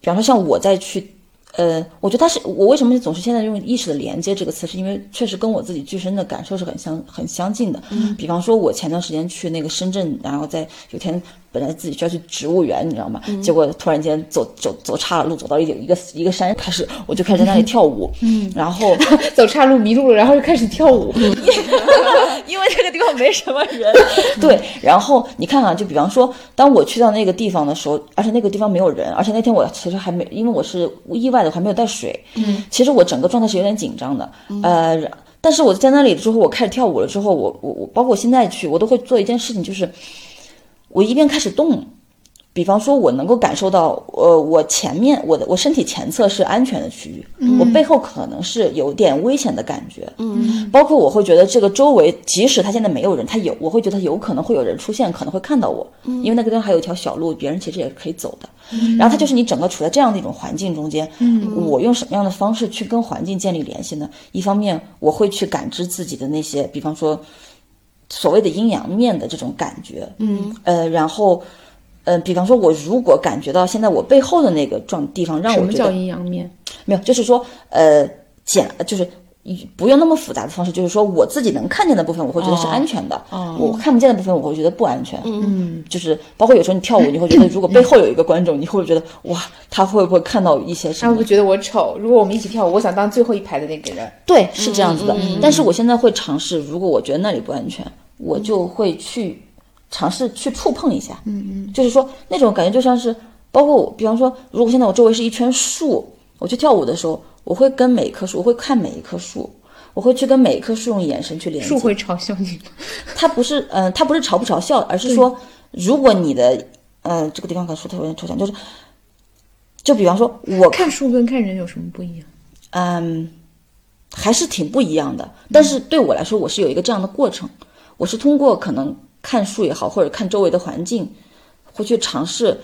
Speaker 2: 比方说像我在去呃，我觉得它是我为什么总是现在用“意识的连接”这个词，是因为确实跟我自己自身的感受是很相很相近的。比方说，我前段时间去那个深圳，然后在有天本来自己需要去植物园，你知道吗？结果突然间走走走岔了路，走到一个一个一个山，开始我就开始在那里跳舞。嗯，然后
Speaker 1: 走岔路迷路了，然后就开始跳 舞。
Speaker 2: 因为这个地方没什么人。 对，然后你看啊，就比方说，当我去到那个地方的时候，而且那个地方没有人，而且那天我其实还没，因为我是意外的，我还没有带水。嗯，其实我整个状态是有点紧张的。呃，然但是我在那里之后，我开始跳舞了之后，我我我，包括我现在去，我都会做一件事情，就是我一边开始动。比方说，我能够感受到，呃，我前面我的我身体前侧是安全的区域，我背后可能是有点危险的感觉，嗯，包括我会觉得这个周围，即使它现在没有人，它有，我会觉得有可能会有人出现，可能会看到我，
Speaker 1: 嗯
Speaker 2: 因为那个地方还有一条小路，别人其实也可以走的，然后它就是你整个处在这样的一种环境中间，
Speaker 1: 嗯
Speaker 2: 我用什么样的方式去跟环境建立联系呢？一方面我会去感知自己的那些，比方说所谓的阴阳面的这种感觉，嗯，呃，然后。嗯、比方说，我如果感觉到现在我背后的那个状地方让
Speaker 1: 什
Speaker 2: 我
Speaker 1: 么
Speaker 2: 觉
Speaker 1: 叫
Speaker 2: 得
Speaker 1: 阴阳面？
Speaker 2: 没有，就是说，呃，简就是以不用那么复杂的方式，就是说我自己能看见的部分，我会觉得是
Speaker 1: 哦
Speaker 2: 安全的；我看不见的部分，我会觉得不安全。嗯，就是包括有时候你跳舞，你会觉得如果背后有一个观众，你会觉得哇，他会不会看到一些什
Speaker 1: 他会
Speaker 2: 么
Speaker 1: 不？会觉得我丑？如果我们一起跳舞，我想当最后一排的那个人。
Speaker 2: 对，是这样子的。但是我现在会尝试，如果我觉得那里不安全，我就会去尝试去触碰一下。嗯嗯，就是说那种感觉就像是，包括我，比方说，如果现在我周围是一圈树，我去跳舞的时候，我会跟每一棵树，我会看每一棵树。我会去跟每一棵树用眼神去连接，
Speaker 1: 树会嘲笑 你吗？
Speaker 2: 它不是，嗯、它不是嘲不嘲笑，而是说，如果你的，嗯、这个地方可能说的有点抽象，就是，就比方说，我
Speaker 1: 看树跟看人有什么不一样？
Speaker 2: 嗯，还是挺不一样的。但是对我来说，我是有一个这样的过程，我是通过可能看书也好，或者看周围的环境，会去尝试。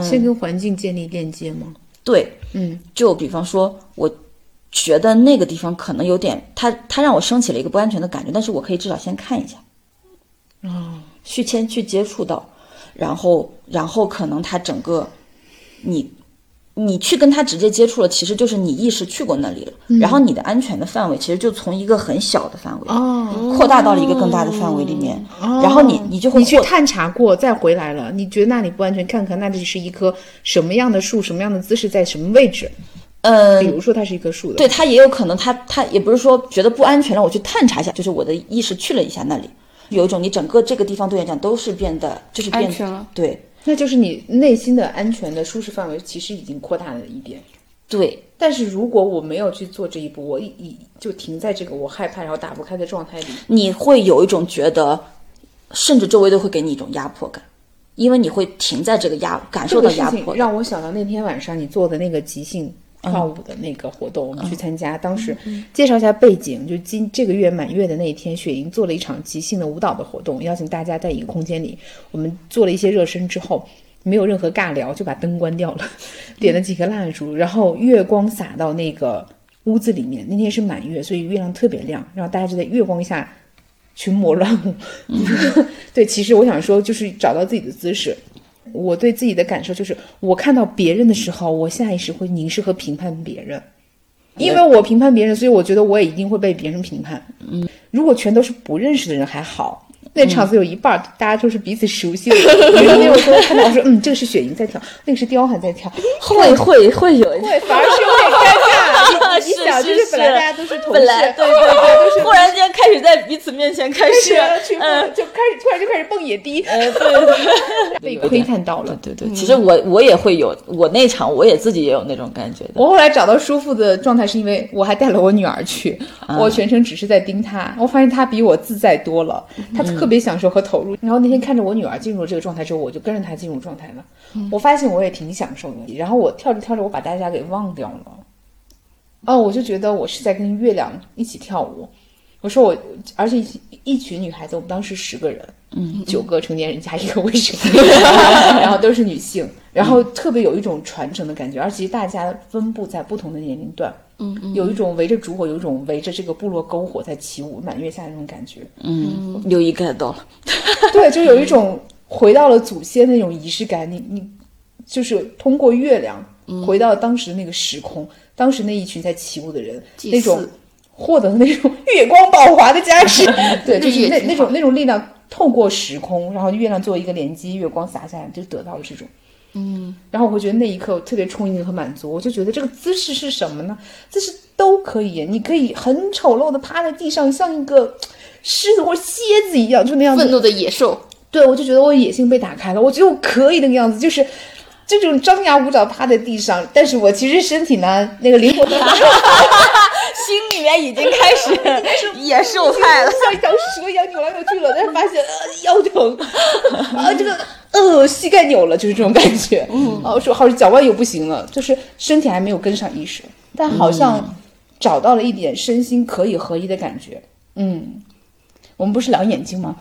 Speaker 1: 先跟环境建立链接吗？
Speaker 2: 对，
Speaker 1: 嗯，
Speaker 2: 就比方说，我觉得那个地方可能有点，它它让我升起了一个不安全的感觉，但是我可以至少先看一下，哦，去先去接触到，然后然后可能它整个你。你去跟它直接接触了，其实就是你意识去过那里了，
Speaker 1: 嗯
Speaker 2: 然后你的安全的范围其实就从一个很小的范围、
Speaker 1: 哦，
Speaker 2: 扩大到了一个更大的范围里面，然后你你就会
Speaker 1: 你去
Speaker 2: 获
Speaker 1: 探查过，再回来了，你觉得那里不安全，看看那里是一棵什么样的树，什么样的姿势，在什么位置。
Speaker 2: 呃
Speaker 1: 比如说它是一棵树的，
Speaker 2: 对，他也有可能他，他也不是说觉得不安全，让我去探查一下，就是我的意识去了一下那里，有一种你整个这个地方对你来讲都是变得就是变
Speaker 3: 安全了，
Speaker 2: 对
Speaker 1: 那就是你内心的安全的舒适范围其实已经扩大了一点。
Speaker 2: 对
Speaker 1: 但是如果我没有去做这一步，我一一就停在这个我害怕然后打不开的状态里，
Speaker 2: 你会有一种觉得，甚至周围都会给你一种压迫感，因为你会停在这个压感
Speaker 1: 这
Speaker 2: 受
Speaker 1: 个
Speaker 2: 到
Speaker 1: 事
Speaker 2: 压
Speaker 1: 情
Speaker 2: 迫感。嗯
Speaker 1: 让我想到那天晚上你做的那个即兴跳舞的那个活动，我们去参加。当时介绍一下背景，就今这个月满月的那一天，雪莹做了一场即兴的舞蹈的活动，邀请大家在一个空间里，我们做了一些热身之后。没有任何尬聊，就把灯关掉了， 点了几个蜡烛，然后月光洒到那个屋子里面。那天是满月，所以月亮特别亮，然后大家就在月光下群魔乱舞。
Speaker 2: 嗯
Speaker 1: 对，其实我想说，就是找到自己的姿势。我对自己的感受就是，我看到别人的时候，我下意识会凝视和评判别人。因为我评判别人，所以我觉得我也一定会被别人评判。嗯，如果全都是不认识的人还好，
Speaker 2: 嗯
Speaker 1: 那场子有一半儿、大家就是彼此熟 悉的。比如那种时候看到我说，嗯，这个是雪莹在跳，那个是刁寒在 跳，
Speaker 2: 会会会有一
Speaker 1: 对，反而是有点尴尬。你
Speaker 2: 是
Speaker 1: 你想，就是本来
Speaker 2: 是
Speaker 1: 大家都是同事，
Speaker 2: 本来 对对对， 忽然间开始在彼此面前开始，
Speaker 1: 去
Speaker 2: 嗯，
Speaker 1: 就开始突然就开始蹦野迪，
Speaker 2: 呃，对对对，
Speaker 1: 被窥探到了。嗯
Speaker 2: 对对对，其实我我也会有，我那场我也自己也有那种感觉的。
Speaker 1: 我后来找到舒服的状态，是因为我还带了我女儿去，
Speaker 2: 啊
Speaker 1: 我全程只是在盯她，我发现她比我自在多了，
Speaker 2: 嗯
Speaker 1: 她特别享受和投入。然后那天看着我女儿进入这个状态之后，我就跟着她进入状态了，
Speaker 2: 嗯
Speaker 1: 我发现我也挺享受的。然后我跳着跳着，我把大家给忘掉了，哦，我就觉得我是在跟月亮一起跳舞。我说我，而且一一群女孩子，我们当时十个人，嗯，九个成年人加一个未成年人，然后都是女性，然后特别有一种传承的感觉，而且大家分布在不同的年龄段，嗯嗯，有一种围着烛火，有一种围着这个部落篝火在起舞，满月下的那种感觉，
Speaker 2: 嗯，六一 get 到了，
Speaker 1: 对，就有一种回到了祖先那种仪式感，你你就是通过月亮
Speaker 3: 嗯
Speaker 1: 回到当时那个时空，当时那一群在起舞的人，
Speaker 3: 祭
Speaker 1: 那种
Speaker 3: 祀
Speaker 1: 获得的那种月光宝华的加 持，对，就
Speaker 3: 日
Speaker 1: 是
Speaker 3: 月
Speaker 1: 那
Speaker 3: 精
Speaker 1: 那
Speaker 3: 华
Speaker 1: 种那种力量透过时空，然后月亮做一个连接，月光洒下来，就得到了这种。嗯，然后我会觉得那一刻我特别充盈和满足，我就觉得这个姿势是什么呢？姿势都可以，你可以很丑陋的趴在地上，像一个狮子或者蝎子一样，就那样子
Speaker 3: 愤怒的野兽，
Speaker 1: 对，我就觉得我野性被打开了，我觉得我可以那个样子，就是这种张牙舞爪趴在地上，但是我其实身体呢，那个灵活度
Speaker 2: 心里面 已经开始野兽 派了。
Speaker 1: 像一条蛇一样扭来扭去了，但是发现呃腰疼，啊这个呃膝盖扭了，就是这种感觉。嗯，啊我说好像脚腕又不行了，就是身体还没有跟上意识，但好像找到了一点身心可以合一的感觉。嗯，我们不是聊眼睛吗？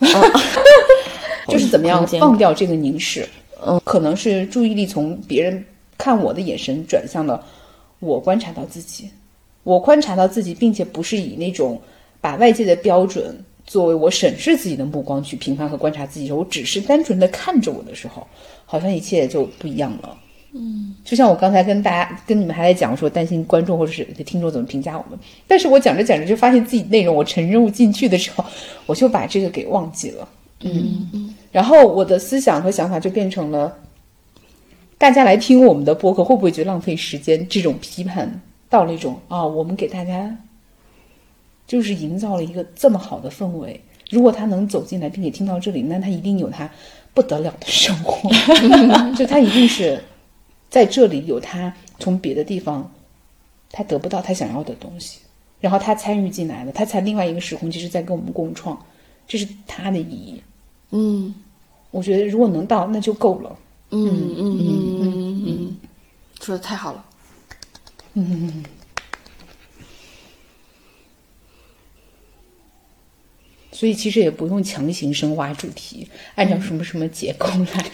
Speaker 1: 就是怎么样
Speaker 2: 空间
Speaker 1: 放掉这个凝视，嗯，可能是注意力从别人看我的眼神转向了我观察到自己，我观察到自己，并且不是以那种把外界的标准作为我审视自己的目光去评判和观察自己的时候，我只是单纯的看着我的时候，好像一切就不一样了。嗯，就像我刚才跟大家、跟你们还在讲说，担心观众或者是听众怎么评价我们，但是我讲着讲着就发现自己内容我沉入进去的时候，我就把这个给忘记了。嗯然后我的思想和想法就变成了，大家来听我们的播客会不会觉得浪费时间？这种批判到了一种啊、我们给大家就是营造了一个这么好的氛围。如果他能走进来并且听到这里，那他一定有他不得了的收获，就他一定是在这里有他从别的地方他得不到他想要的东西，然后他参与进来了，他在另外一个时空，其实在跟我们共创，这是他的意义。
Speaker 3: 嗯
Speaker 1: 我觉得如果能到，那就够了。
Speaker 3: 嗯嗯嗯嗯，说的太好了，
Speaker 1: 所以其实也不用强行深挖主题，按照什么什么结构来，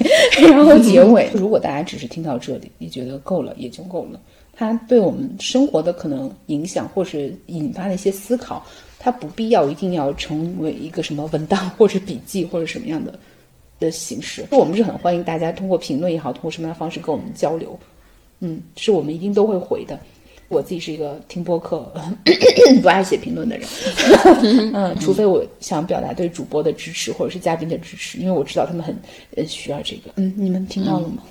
Speaker 1: 然后结尾。呃如果大家只是听到这里，你觉得够了，也就够了。它对我们生活的可能影响，或是引发的一些思考，它不必要一定要成为一个什么文档，或者笔记，或者什么样的的形式。我们是很欢迎大家通过评论也好，通过什么样的方式跟我们交流。嗯，是我们一定都会回的。我自己是一个听播客 不爱写评论的人，嗯，除非我想表达对主播的支持或者是嘉宾的支持，因为我知道他们很呃需要这个。嗯，你们听到了吗？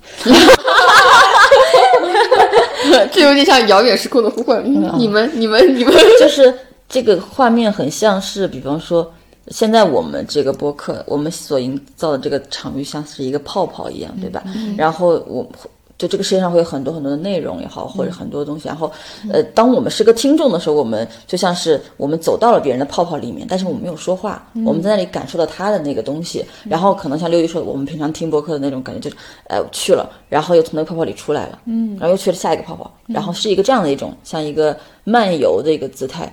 Speaker 3: 这有点像遥远时空的呼唤。你们你们你们，
Speaker 2: 就是这个画面很像是，比方说，现在我们这个播客，我们所营造的这个场域像是一个泡泡一样，对吧？然后我。就这个世界上会有很多很多的内容也好，或者很多东西，然后，呃，当我们是个听众的时候，我们就像是我们走到了别人的泡泡里面，但是我们没有说话，我们在那里感受到他的那个东西，然后可能像六一说的，我们平常听播客的那种感觉，就是，哎，我去了，然后又从那个泡泡里出来了，嗯，然后又去了下一个泡泡，然后是一个这样的一种像一个漫游的一个姿态。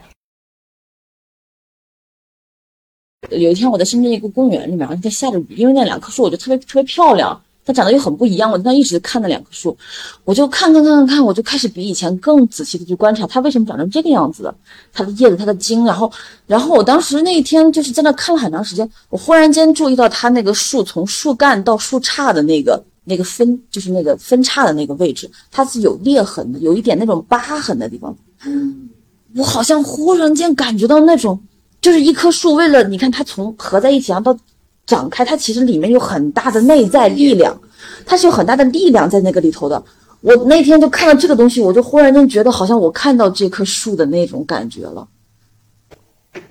Speaker 2: 有一天我在深圳一个公园里面，然后在下着雨，因为那两棵树我觉得特别特别漂亮，它长得又很不一样，我在那一直看那两棵树，我就看看看看看，我就开始比以前更仔细的去观察它为什么长成这个样子的，它的叶子、它的茎，然后，然后我当时那一天就是在那看了很长时间，我忽然间注意到它那个树从树干到树杈的那个那个分，就是那个分叉的那个位置，它是有裂痕的，有一点那种疤痕的地方。我好像忽然间感觉到那种，就是一棵树为了你看它从合在一起，然后到展开，它其实里面有很大的内在力量，它是有很大的力量在那个里头的。我那天就看到这个东西，我就忽然间觉得好像我看到这棵树的那种感觉了。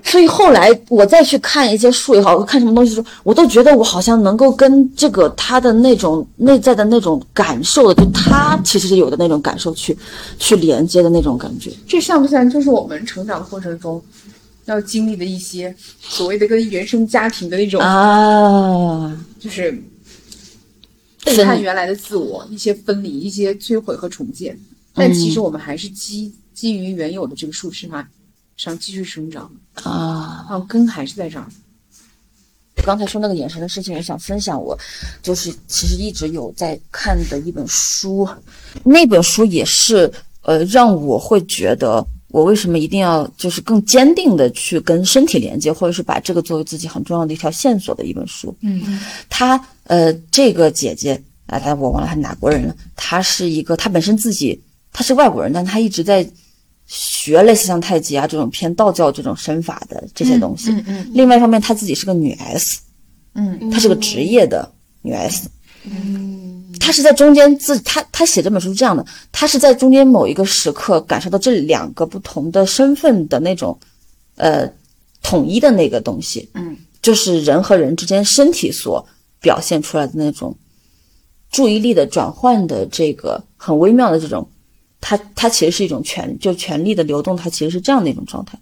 Speaker 2: 所以后来我再去看一些树也好，看什么东西的时候，我都觉得我好像能够跟这个他的那种内在的那种感受的，就他其实是有的那种感受去去连接的那种感觉。
Speaker 1: 这像不像就是我们成长过程中要经历的一些所谓的跟原生家庭的那种
Speaker 2: 啊，
Speaker 1: 就是背叛原来的自我，一些分离、一些摧毁和重建。但其实我们还是基、基于原有的这个树枝嘛上继续生长。
Speaker 2: 啊！
Speaker 1: 啊，根还是在这儿。
Speaker 2: 我刚才说那个眼神的事情，我想分享我就是其实一直有在看的一本书，那本书也是呃让我会觉得我为什么一定要就是更坚定的去跟身体连接，或者是把这个作为自己很重要的一条线索的一本书。
Speaker 1: 嗯，
Speaker 2: 她呃这个姐姐啊，她我忘了她哪国人了，她是一个她本身自己她是外国人，但她一直在学类似像太极啊这种偏道教这种身法的这些东西。
Speaker 1: 嗯嗯
Speaker 2: 另外一方面，她自己是个女 S，
Speaker 1: 嗯
Speaker 2: 她是个职业的女 S。嗯，她是在中间自她她写这本书是这样的，她是在中间某一个时刻感受到这两个不同的身份的那种，呃，统一的那个东西。
Speaker 1: 嗯，
Speaker 2: 就是人和人之间身体所表现出来的那种注意力的转换的这个很微妙的这种，它它其实是一种权就权力的流动，它其实是这样的一种状态。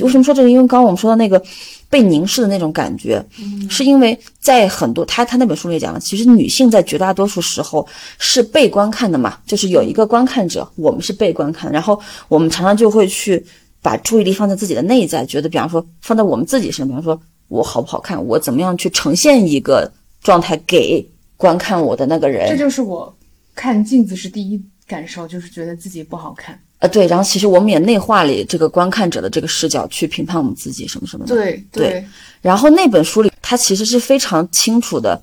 Speaker 2: 为什么说这个？因为刚刚我们说到那个被凝视的那种感觉，是因为在很多他他那本书里也讲了，其实女性在绝大多数时候是被观看的嘛，就是有一个观看者，我们是被观看，然后我们常常就会去把注意力放在自己的内在，觉得比方说放在我们自己身上，比方说我好不好看，我怎么样去呈现一个状态给观看我的那个人
Speaker 1: 这，就是我看镜子是第一感受，就是觉得自己不好看。
Speaker 2: 呃，对，然后其实我们也内化了这个观看者的这个视角去评判我们自己什么什么的，
Speaker 1: 对
Speaker 2: 对，然后那本书里，它其实是非常清楚的，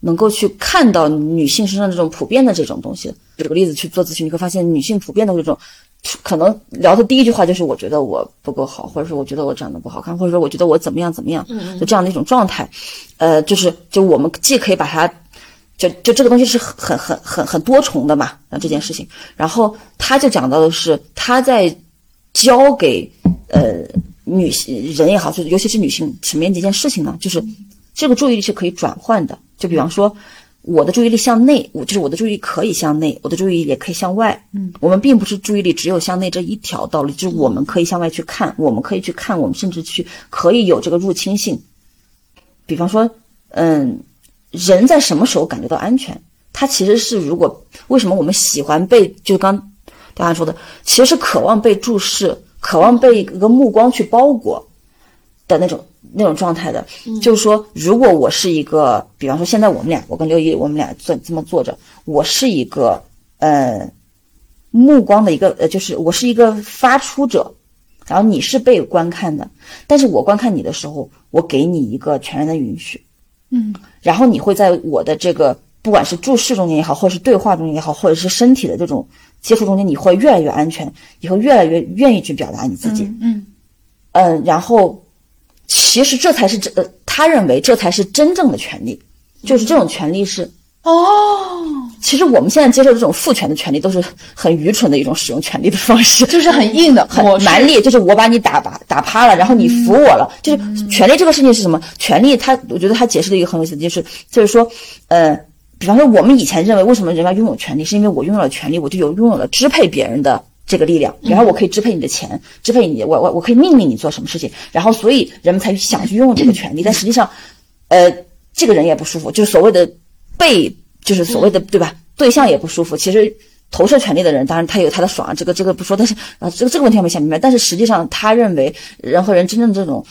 Speaker 2: 能够去看到女性身上这种普遍的这种东西的。举个例子去做咨询，你会发现女性普遍的这种，可能聊的第一句话就是我觉得我不够好，或者说我觉得我长得不好看，或者说我觉得我怎么样怎么样，就这样的一种状态。呃，就是就我们既可以把它。就就这个东西是很很很很多重的嘛，呃那这件事情，然后他就讲到的是他在教给呃女性人也好，就是尤其是女性什么样的一件事情呢？就是这个注意力是可以转换的。就比方说，我的注意力向内，我就是我的注意力可以向内，我的注意力也可以向外。
Speaker 1: 嗯，
Speaker 2: 我们并不是注意力只有向内这一条道路，就是我们可以向外去看，我们可以去看，我们甚至去可以有这个入侵性。比方说，嗯，人在什么时候感觉到安全？他其实是如果为什么我们喜欢被就刚大家说的，其实是渴望被注视，渴望被一个目光去包裹的那种那种状态的。就是说，如果我是一个，比方说现在我们俩，我跟刘姨，我们俩坐这么坐着，我是一个呃目光的一个呃，就是我是一个发出者，然后你是被观看的，但是我观看你的时候，我给你一个全然的允许。
Speaker 1: 嗯，
Speaker 2: 然后你会在我的这个不管是注视中间也好，或者是对话中间也好，或者是身体的这种接触中间，你会越来越安全，你会越来越愿意去表达你自己。
Speaker 1: 嗯
Speaker 2: 嗯，然后其实这才是真，呃他认为这才是真正的权利，就是这种权利是
Speaker 1: 哦，
Speaker 2: 其实我们现在接受这种父权的权利，都是很愚蠢的一种使用权利的方式，
Speaker 1: 就是很硬的，
Speaker 2: 很
Speaker 1: 我是
Speaker 2: 蛮力，就是我把你打把打趴了，然后你服我了，
Speaker 1: 嗯
Speaker 2: 就是权利这个事情是什么？权利它，我觉得它解释的一个很有意思，就是就是说，呃，比方说我们以前认为为什么人要拥有权利，是因为我拥有了权利，我就有拥有了支配别人的。这个力量，
Speaker 1: 嗯
Speaker 2: 然后我可以支配你的钱，支配你，我我我可以命令你做什么事情，然后所以人们才想去拥有这个权利，但实际上，呃，这个人也不舒服，就是所谓的被，就是所谓的对吧？对象也不舒服。其实投射权利的人，当然他有他的爽啊，这个这个不说，但是啊，这个这个问题我没想明白。但是实际上，他认为人和人真正这种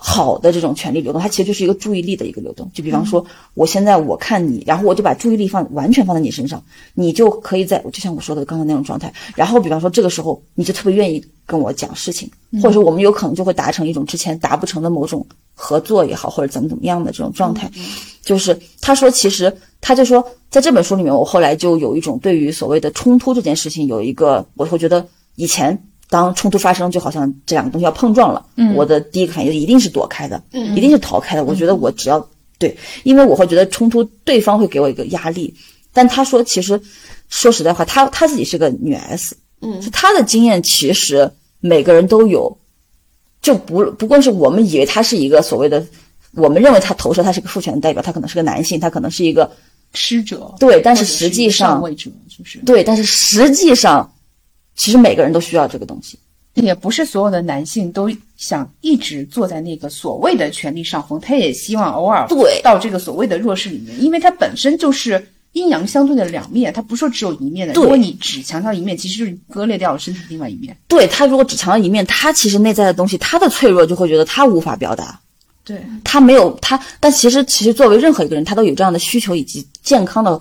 Speaker 2: 好的这种权利流动，它其实就是一个注意力的一个流动。就比方说，我现在我看你，然后我就把注意力放完全放在你身上，你就可以在就像我说的刚才那种状态。然后比方说这个时候，你就特别愿意跟我讲事情，或者说我们有可能就会达成一种之前达不成的某种合作也好，或者怎么怎么样的这种状态。就是他说，其实他就说，在这本书里面，我后来就有一种对于所谓的冲突这件事情有一个，我会觉得以前当冲突发生，就好像这两个东西要碰撞了，
Speaker 1: 嗯
Speaker 2: 我的第一个反应就一定是躲开的，
Speaker 3: 嗯
Speaker 2: 一定是逃开的。我觉得我只要对，因为我会觉得冲突对方会给我一个压力。但他说，其实说实在话，他他自己是个女 S，
Speaker 3: 嗯
Speaker 2: 就他的经验其实每个人都有，就不不光是我们以为他是一个所谓的，我们认为他投射他是个父权的代表，他可能是个男性，他可能是一个
Speaker 1: 施者，
Speaker 2: 对但是
Speaker 1: 或者
Speaker 2: 实际上
Speaker 1: 上位者就是
Speaker 2: 对，但是实际上，其实每个人都需要这个东西。
Speaker 1: 也不是所有的男性都想一直坐在那个所谓的权力上风，他也希望偶尔
Speaker 2: 对
Speaker 1: 到这个所谓的弱势里面，因为它本身就是阴阳相对的两面，它不是说只有一面的。
Speaker 2: 对
Speaker 1: 如果你只强调一面，其实就是割裂掉了身体另外一面。
Speaker 2: 对他如果只强调一面，他其实内在的东西，他的脆弱就会觉得他无法表达，
Speaker 1: 对，
Speaker 2: 他没有他。但其实，其实作为任何一个人，他都有这样的需求以及健康的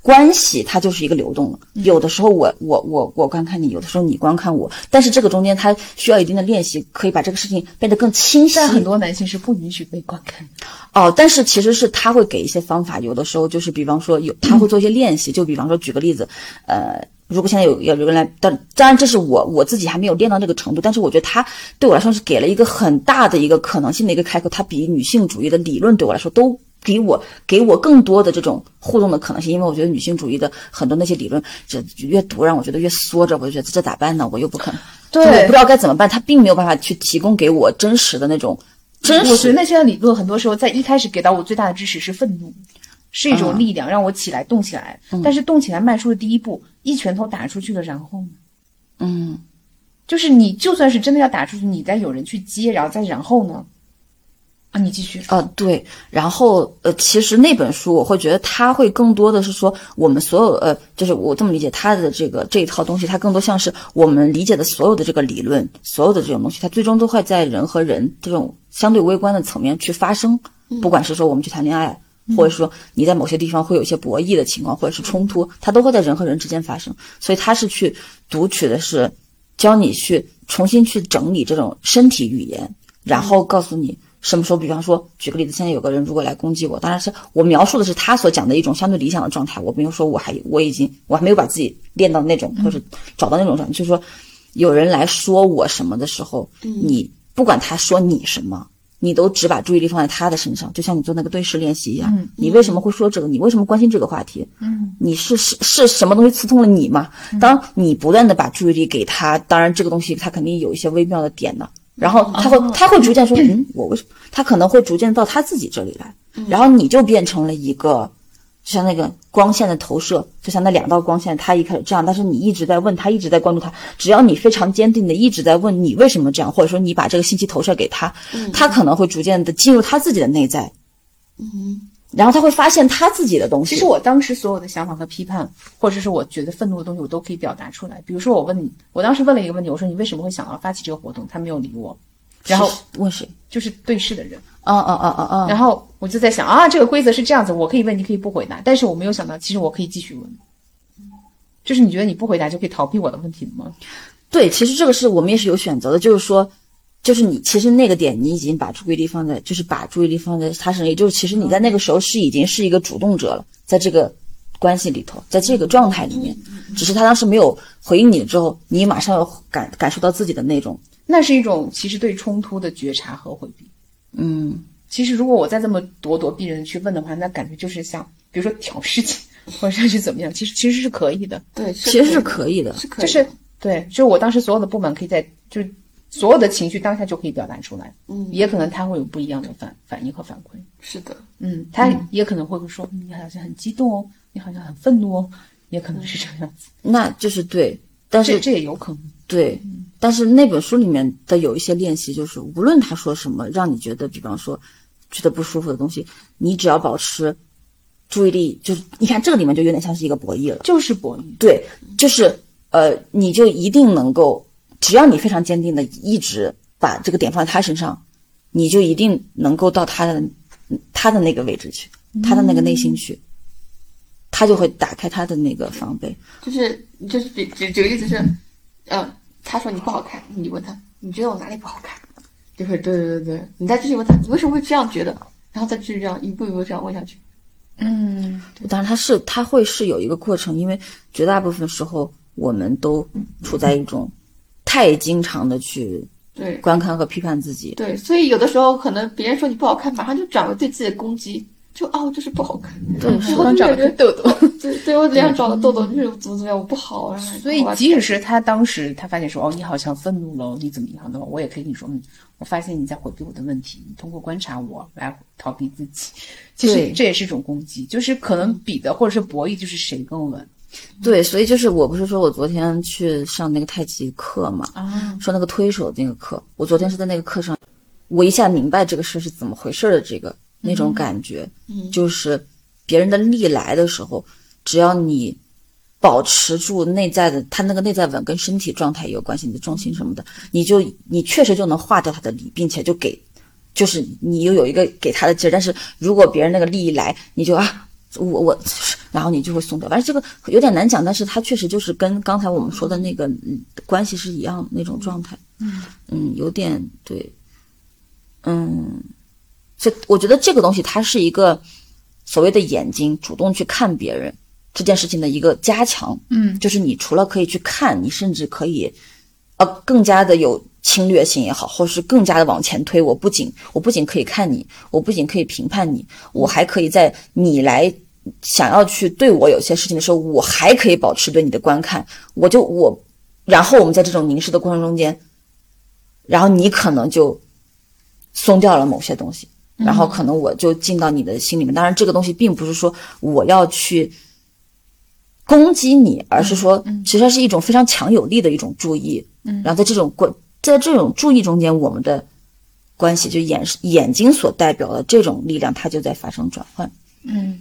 Speaker 2: 关系，它就是一个流动的。
Speaker 1: 嗯
Speaker 2: 有的时候我我我我观看你，有的时候你观看我，但是这个中间他需要一定的练习，可以把这个事情变得更清晰。
Speaker 1: 但很多男性是不允许被观看的。
Speaker 2: 哦，但是其实是他会给一些方法，有的时候就是比方说有他会做一些练习，就比方说举个例子，呃，如果现在有有人来，但当然这是我我自己还没有练到这个程度，但是我觉得他对我来说是给了一个很大的一个可能性的一个开口，他比女性主义的理论对我来说都。给我给我更多的这种互动的可能性，因为我觉得女性主义的很多那些理论，这越读让我觉得越缩着，我就觉得这咋办呢？我又不肯，
Speaker 1: 对
Speaker 2: 就我不知道该怎么办。他并没有办法去提供给我真实的那种真实。
Speaker 1: 我觉得那些理论很多时候在一开始给到我最大的支持是愤怒，是一
Speaker 2: 嗯
Speaker 1: 种力量，让我起来动起来。但是动起来迈出的第一步，一拳头打出去了，然后呢？
Speaker 2: 嗯，
Speaker 1: 就是你就算是真的要打出去，你再有人去接，然后再然后呢？啊，你继续。
Speaker 2: 呃，对，然后呃，其实那本书我会觉得它会更多的是说，我们所有呃，就是我这么理解它的这个这一套东西，它更多像是我们理解的所有的这个理论，所有的这种东西，它最终都会在人和人这种相对微观的层面去发生，不管是说我们去谈恋爱。或者说你在某些地方会有一些博弈的情况，或者是冲突，它都会在人和人之间发生。所以它是去读取的是教你去重新去整理这种身体语言，
Speaker 1: 嗯
Speaker 2: 然后告诉你什么时候，比方说，举个例子，现在有个人如果来攻击我，当然是我描述的是他所讲的一种相对理想的状态，我没有说我还我已经我还没有把自己练到那种，或
Speaker 1: 嗯
Speaker 2: 者找到那种状态，就是说有人来说我什么的时候，
Speaker 1: 嗯
Speaker 2: 你不管他说你什么。你都只把注意力放在他的身上，就像你做那个对视练习一样。
Speaker 1: 嗯
Speaker 2: 你为什么会说这个？你为什么关心这个话题？
Speaker 1: 嗯，
Speaker 2: 你是是是什么东西刺痛了你吗？当你不断的把注意力给他，当然这个东西他肯定有一些微妙的点呢。然后
Speaker 1: 哦
Speaker 2: 他会他会 逐渐说，嗯，我为什么？他可能会逐渐到他自己这里来，
Speaker 1: 嗯
Speaker 2: 然后你就变成了一个，就像那个光线的投射，就像那两道光线，他一开始这样，但是你一直在问他，一直在关注他。只要你非常坚定的一直在问你为什么这样，或者说你把这个信息投射给他，
Speaker 1: 嗯
Speaker 2: 他可能会逐渐的进入他自己的内在，然后他会发现他自己的东西。
Speaker 1: 嗯其实我当时所有的想法和批判，或者是我觉得愤怒的东西，我都可以表达出来。比如说，我问你，我当时问了一个问题，我说你为什么会想要发起这个活动？他没有理我，然后
Speaker 2: 是问谁？
Speaker 1: 就是对视的人，
Speaker 2: 啊啊啊啊啊！
Speaker 1: 然后我就在想啊，这个规则是这样子，我可以问，你可以不回答，但是我没有想到，其实我可以继续问。就是你觉得你不回答就可以逃避我的问题的吗？
Speaker 2: 对，其实这个是我们也是有选择的，就是说，就是你其实那个点你已经把注意力放在，就是把注意力放在他身上，也就是其实你在那个时候是已经是一个主动者了，在这个关系里头，在这个状态里面，只是他当时没有回应你之后，你马上要感感受到自己的那种，
Speaker 1: 那是一种其实对冲突的觉察和回避。
Speaker 2: 嗯，
Speaker 1: 其实如果我再这么咄咄逼人地去问的话，那感觉就是像，比如说挑事情，或者是怎么样，其实其实是可以的，
Speaker 3: 对，其
Speaker 2: 其实是可以的。
Speaker 3: 是可
Speaker 1: 就
Speaker 3: 以的，
Speaker 1: 是对，就是我当时所有的不满可以在，就是所有的情绪当下就可以表达出来，
Speaker 3: 嗯
Speaker 1: 也可能他会有不一样的反反应和反馈，
Speaker 3: 是的，
Speaker 1: 嗯，他也可能会说嗯你好像很激动哦，你好像很愤怒哦，也可能是这个样子，
Speaker 2: 那就是对，但
Speaker 1: 这
Speaker 2: 是
Speaker 1: 这也有可能，
Speaker 2: 对，但是那本书里面的有一些练习，就是无论他说什么，让你觉得，比方说觉得不舒服的东西，你只要保持注意力，就是你看这个里面就有点像是一个博弈了。
Speaker 1: 就是博弈，
Speaker 2: 对，就是呃，你就一定能够，只要你非常坚定的一直把这个点放在他身上，你就一定能够到他的他的那个位置去，他的那个内心去，他就会打开他的那个防备。
Speaker 3: 就是就是举举举个例子是，嗯，他说你不好看，你问他你觉得我哪里不好看，就会对对对对，你再继续问他你为什么会这样觉得，然后再继续这样一步一步这样问下去，
Speaker 1: 嗯，
Speaker 2: 当然，它是它会是有一个过程，因为绝大部分时候我们都处在一种太经常的去
Speaker 3: 对
Speaker 2: 观看和批判自己。
Speaker 3: 对，所以有的时候可能别人说你不好看，马上就转为对自己的攻击，就啊，我就是不好看，
Speaker 2: 对
Speaker 3: 然后
Speaker 1: 光
Speaker 3: 就
Speaker 1: 长
Speaker 3: 感
Speaker 1: 了个
Speaker 3: 觉
Speaker 1: 痘痘。
Speaker 3: 对对我脸上长了痘痘，就是怎么怎么样，我不好，啊然后
Speaker 1: 所以
Speaker 3: 我，
Speaker 1: 即使是他当时他发现说，哦，你好像愤怒了哦，你怎么样的，我也可以跟你说，嗯，我发现你在回避我的问题，你通过观察我来逃避自己。其实
Speaker 2: 对
Speaker 1: 这也是一种攻击，就是可能比的或者是博弈，就是谁更稳
Speaker 2: 对，所以就是我不是说我昨天去上那个太极课嘛，
Speaker 1: 啊。
Speaker 2: 说那个推手那个课，我昨天是在那个课上，我一下明白这个事是怎么回事的，这个那种感觉，
Speaker 3: 嗯
Speaker 2: 就是别人的力来的时候，只要你保持住内在的，他那个内在稳跟身体状态也有关系，你的重心什么的，你就你确实就能化掉他的力，并且就给，就是你又有一个给他的劲儿，但是如果别人那个力一来，你就啊。我我，然后你就会松掉。反正这个有点难讲，但是它确实就是跟刚才我们说的那个嗯关系是一样的那种状态。嗯，有点对，嗯，这我觉得这个东西它是一个所谓的眼睛主动去看别人这件事情的一个加强，
Speaker 1: 嗯，
Speaker 2: 就是你除了可以去看，你甚至可以呃更加的有侵略性也好，或是更加的往前推。我不仅我不仅可以看你，我不仅可以评判你，我还可以在你来。想要去对我有些事情的时候，我还可以保持对你的观看，我就我，然后我们在这种凝视的过程中间，然后你可能就松掉了某些东西，然后可能我就进到你的心里面。当然，这个东西并不是说我要去攻击你，而是说其实它是一种非常强有力的一种注意。嗯，然后在这种关，在这种注意中间，我们的关系就眼眼睛所代表的这种力量，它就在发生转换。
Speaker 1: 嗯，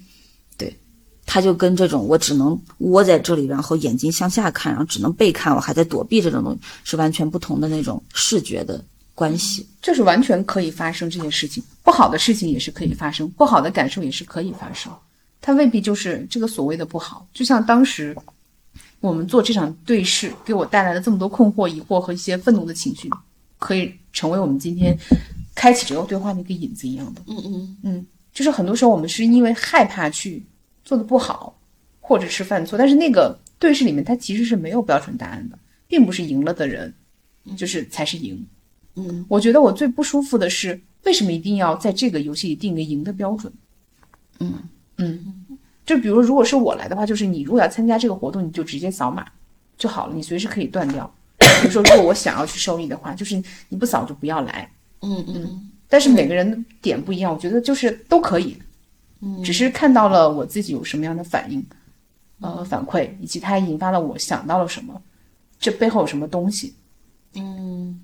Speaker 2: 它就跟这种我只能窝在这里，然后眼睛向下看，然后只能背看，我还在躲避这种东西，是完全不同的那种视觉的关系。
Speaker 1: 这是完全可以发生这些事情，不好的事情也是可以发生，不好的感受也是可以发生，它未必就是这个所谓的不好。就像当时我们做这场对视，给我带来了这么多困惑、疑惑和一些愤怒的情绪，可以成为我们今天开启这个对话的一个引子一样的。
Speaker 3: 嗯嗯
Speaker 1: 嗯，就是很多时候我们是因为害怕去做的不好，或者是犯错，但是那个对视里面它其实是没有标准答案的，并不是赢了的人就是才是赢。
Speaker 3: 嗯，
Speaker 1: 我觉得我最不舒服的是，为什么一定要在这个游戏里定个赢的标准？嗯嗯，就比如如果是我来的话，就是你如果要参加这个活动，你就直接扫码就好了，你随时可以断掉。比如说，如果我想要去受益的话，就是你不扫就不要来。
Speaker 3: 嗯嗯
Speaker 1: 但是每个人的点不一样，我觉得就是都可以，
Speaker 3: 嗯
Speaker 1: 只是看到了我自己有什么样的反应，呃，反馈，以及它引发了我想到了什么，这背后有什么东西。
Speaker 3: 嗯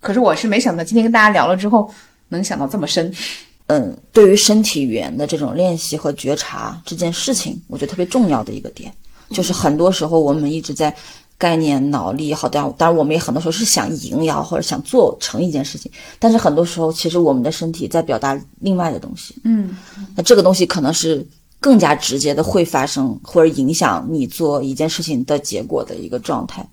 Speaker 1: 可是我是没想到今天跟大家聊了之后，能想到这么深。
Speaker 2: 嗯，对于身体语言的这种练习和觉察这件事情，我觉得特别重要的一个点，就是很多时候我们一直在概念脑力也好，当然当然我们也很多时候是想赢也好，或者想做成一件事情，但是很多时候其实我们的身体在表达另外的东西。
Speaker 1: 嗯
Speaker 2: 那这个东西可能是更加直接的会发生或者影响你做一件事情的结果的一个状态。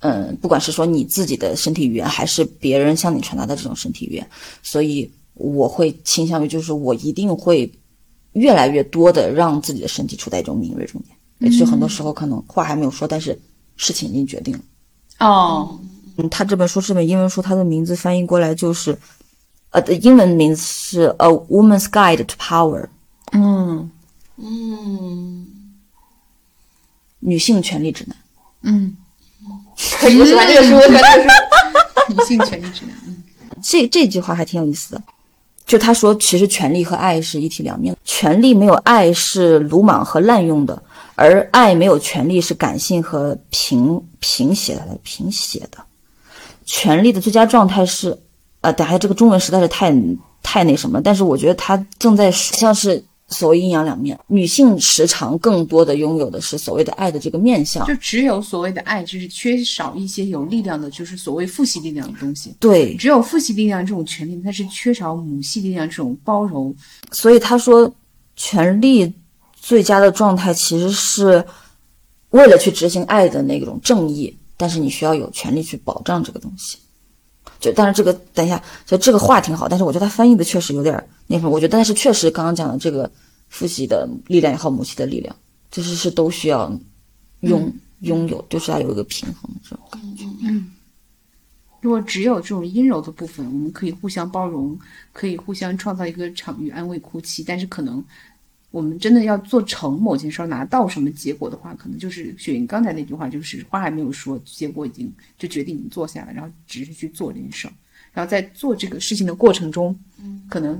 Speaker 2: 嗯不管是说你自己的身体语言，还是别人向你传达的这种身体语言，所以我会倾向于就是我一定会越来越多的让自己的身体处在一种敏锐中间。也就是很多时候可能话还没有说，但是事情已经决定了。
Speaker 1: 哦
Speaker 2: 嗯，他这本书是本英文书，它的名字翻译过来就是，呃，英文名字是《A Woman's Guide to Power》。
Speaker 1: 嗯
Speaker 3: 嗯，
Speaker 2: 女性权利指南。
Speaker 1: 嗯，
Speaker 3: 可以，我喜欢这个书，我喜欢这个书。
Speaker 1: 女 性权益指南。
Speaker 2: 这这句话还挺有意思的，就他说，其实权利和爱是一体两面的，权利没有爱是鲁莽和滥用的，而爱没有权利是感性和平平写的平写的。权利的最佳状态是，呃，等下这个中文实在是太太那什么了，但是我觉得他正在说像是所谓阴阳两面，女性时常更多的拥有的是所谓的爱的这个面相，
Speaker 1: 就只有所谓的爱，就是缺少一些有力量的，就是所谓父系力量的东西。
Speaker 2: 对，
Speaker 1: 只有父系力量这种权利，它是缺少母系力量这种包容。
Speaker 2: 所以他说，权力最佳的状态其实是为了去执行爱的那种正义，但是你需要有权利去保障这个东西。就但是这个等一下，就这个话挺好，但是我觉得他翻译的确实有点儿那什么。我觉得但是确实刚刚讲的这个父系的力量也好，母系的力量，就是是都需要拥、拥有，就是要有一个平衡的这种感觉。
Speaker 1: 嗯如果只有这种阴柔的部分，我们可以互相包容，可以互相创造一个场域安慰哭泣，但是可能。我们真的要做成某件事儿，拿到什么结果的话，可能就是雪莹刚才那句话，就是话还没有说，结果已经就决定已经做下了，然后只是去做这件事儿，然后在做这个事情的过程中，可能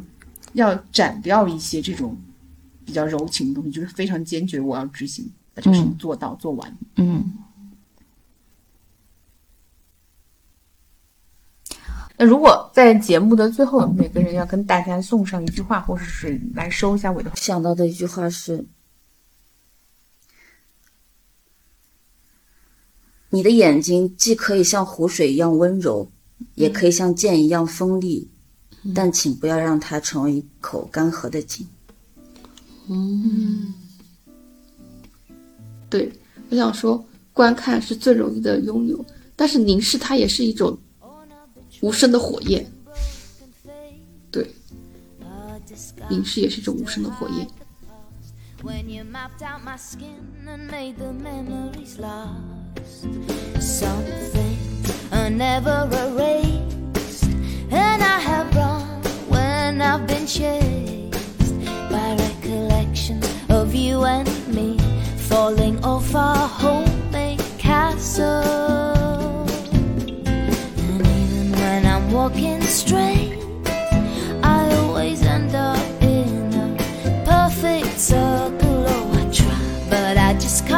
Speaker 1: 要斩掉一些这种比较柔情的东西，就是非常坚决，我要执行把这个事情做到、做完。
Speaker 2: 嗯，
Speaker 1: 那如果在节目的最后，每个人要跟大家送上一句话，或者是来收一下尾的话。
Speaker 2: 想到的一句话是：你的眼睛既可以像湖水一样温柔，也可以像剑一样锋利，但请不要让它成为一口干涸的井。
Speaker 3: 对，我想说，观看是最容易的拥有，但是凝视它也是一种无声的火焰。对，凝视也是一种无声的火焰。
Speaker 4: When you mapped out my skin and made the memories last, something I never erased, and I have run when I've been chased by recollection of you and me falling off our homemade castle. And even when I'm walking straight, I always end up in a perfect circle. Oh, I try, but I just can't. Oh,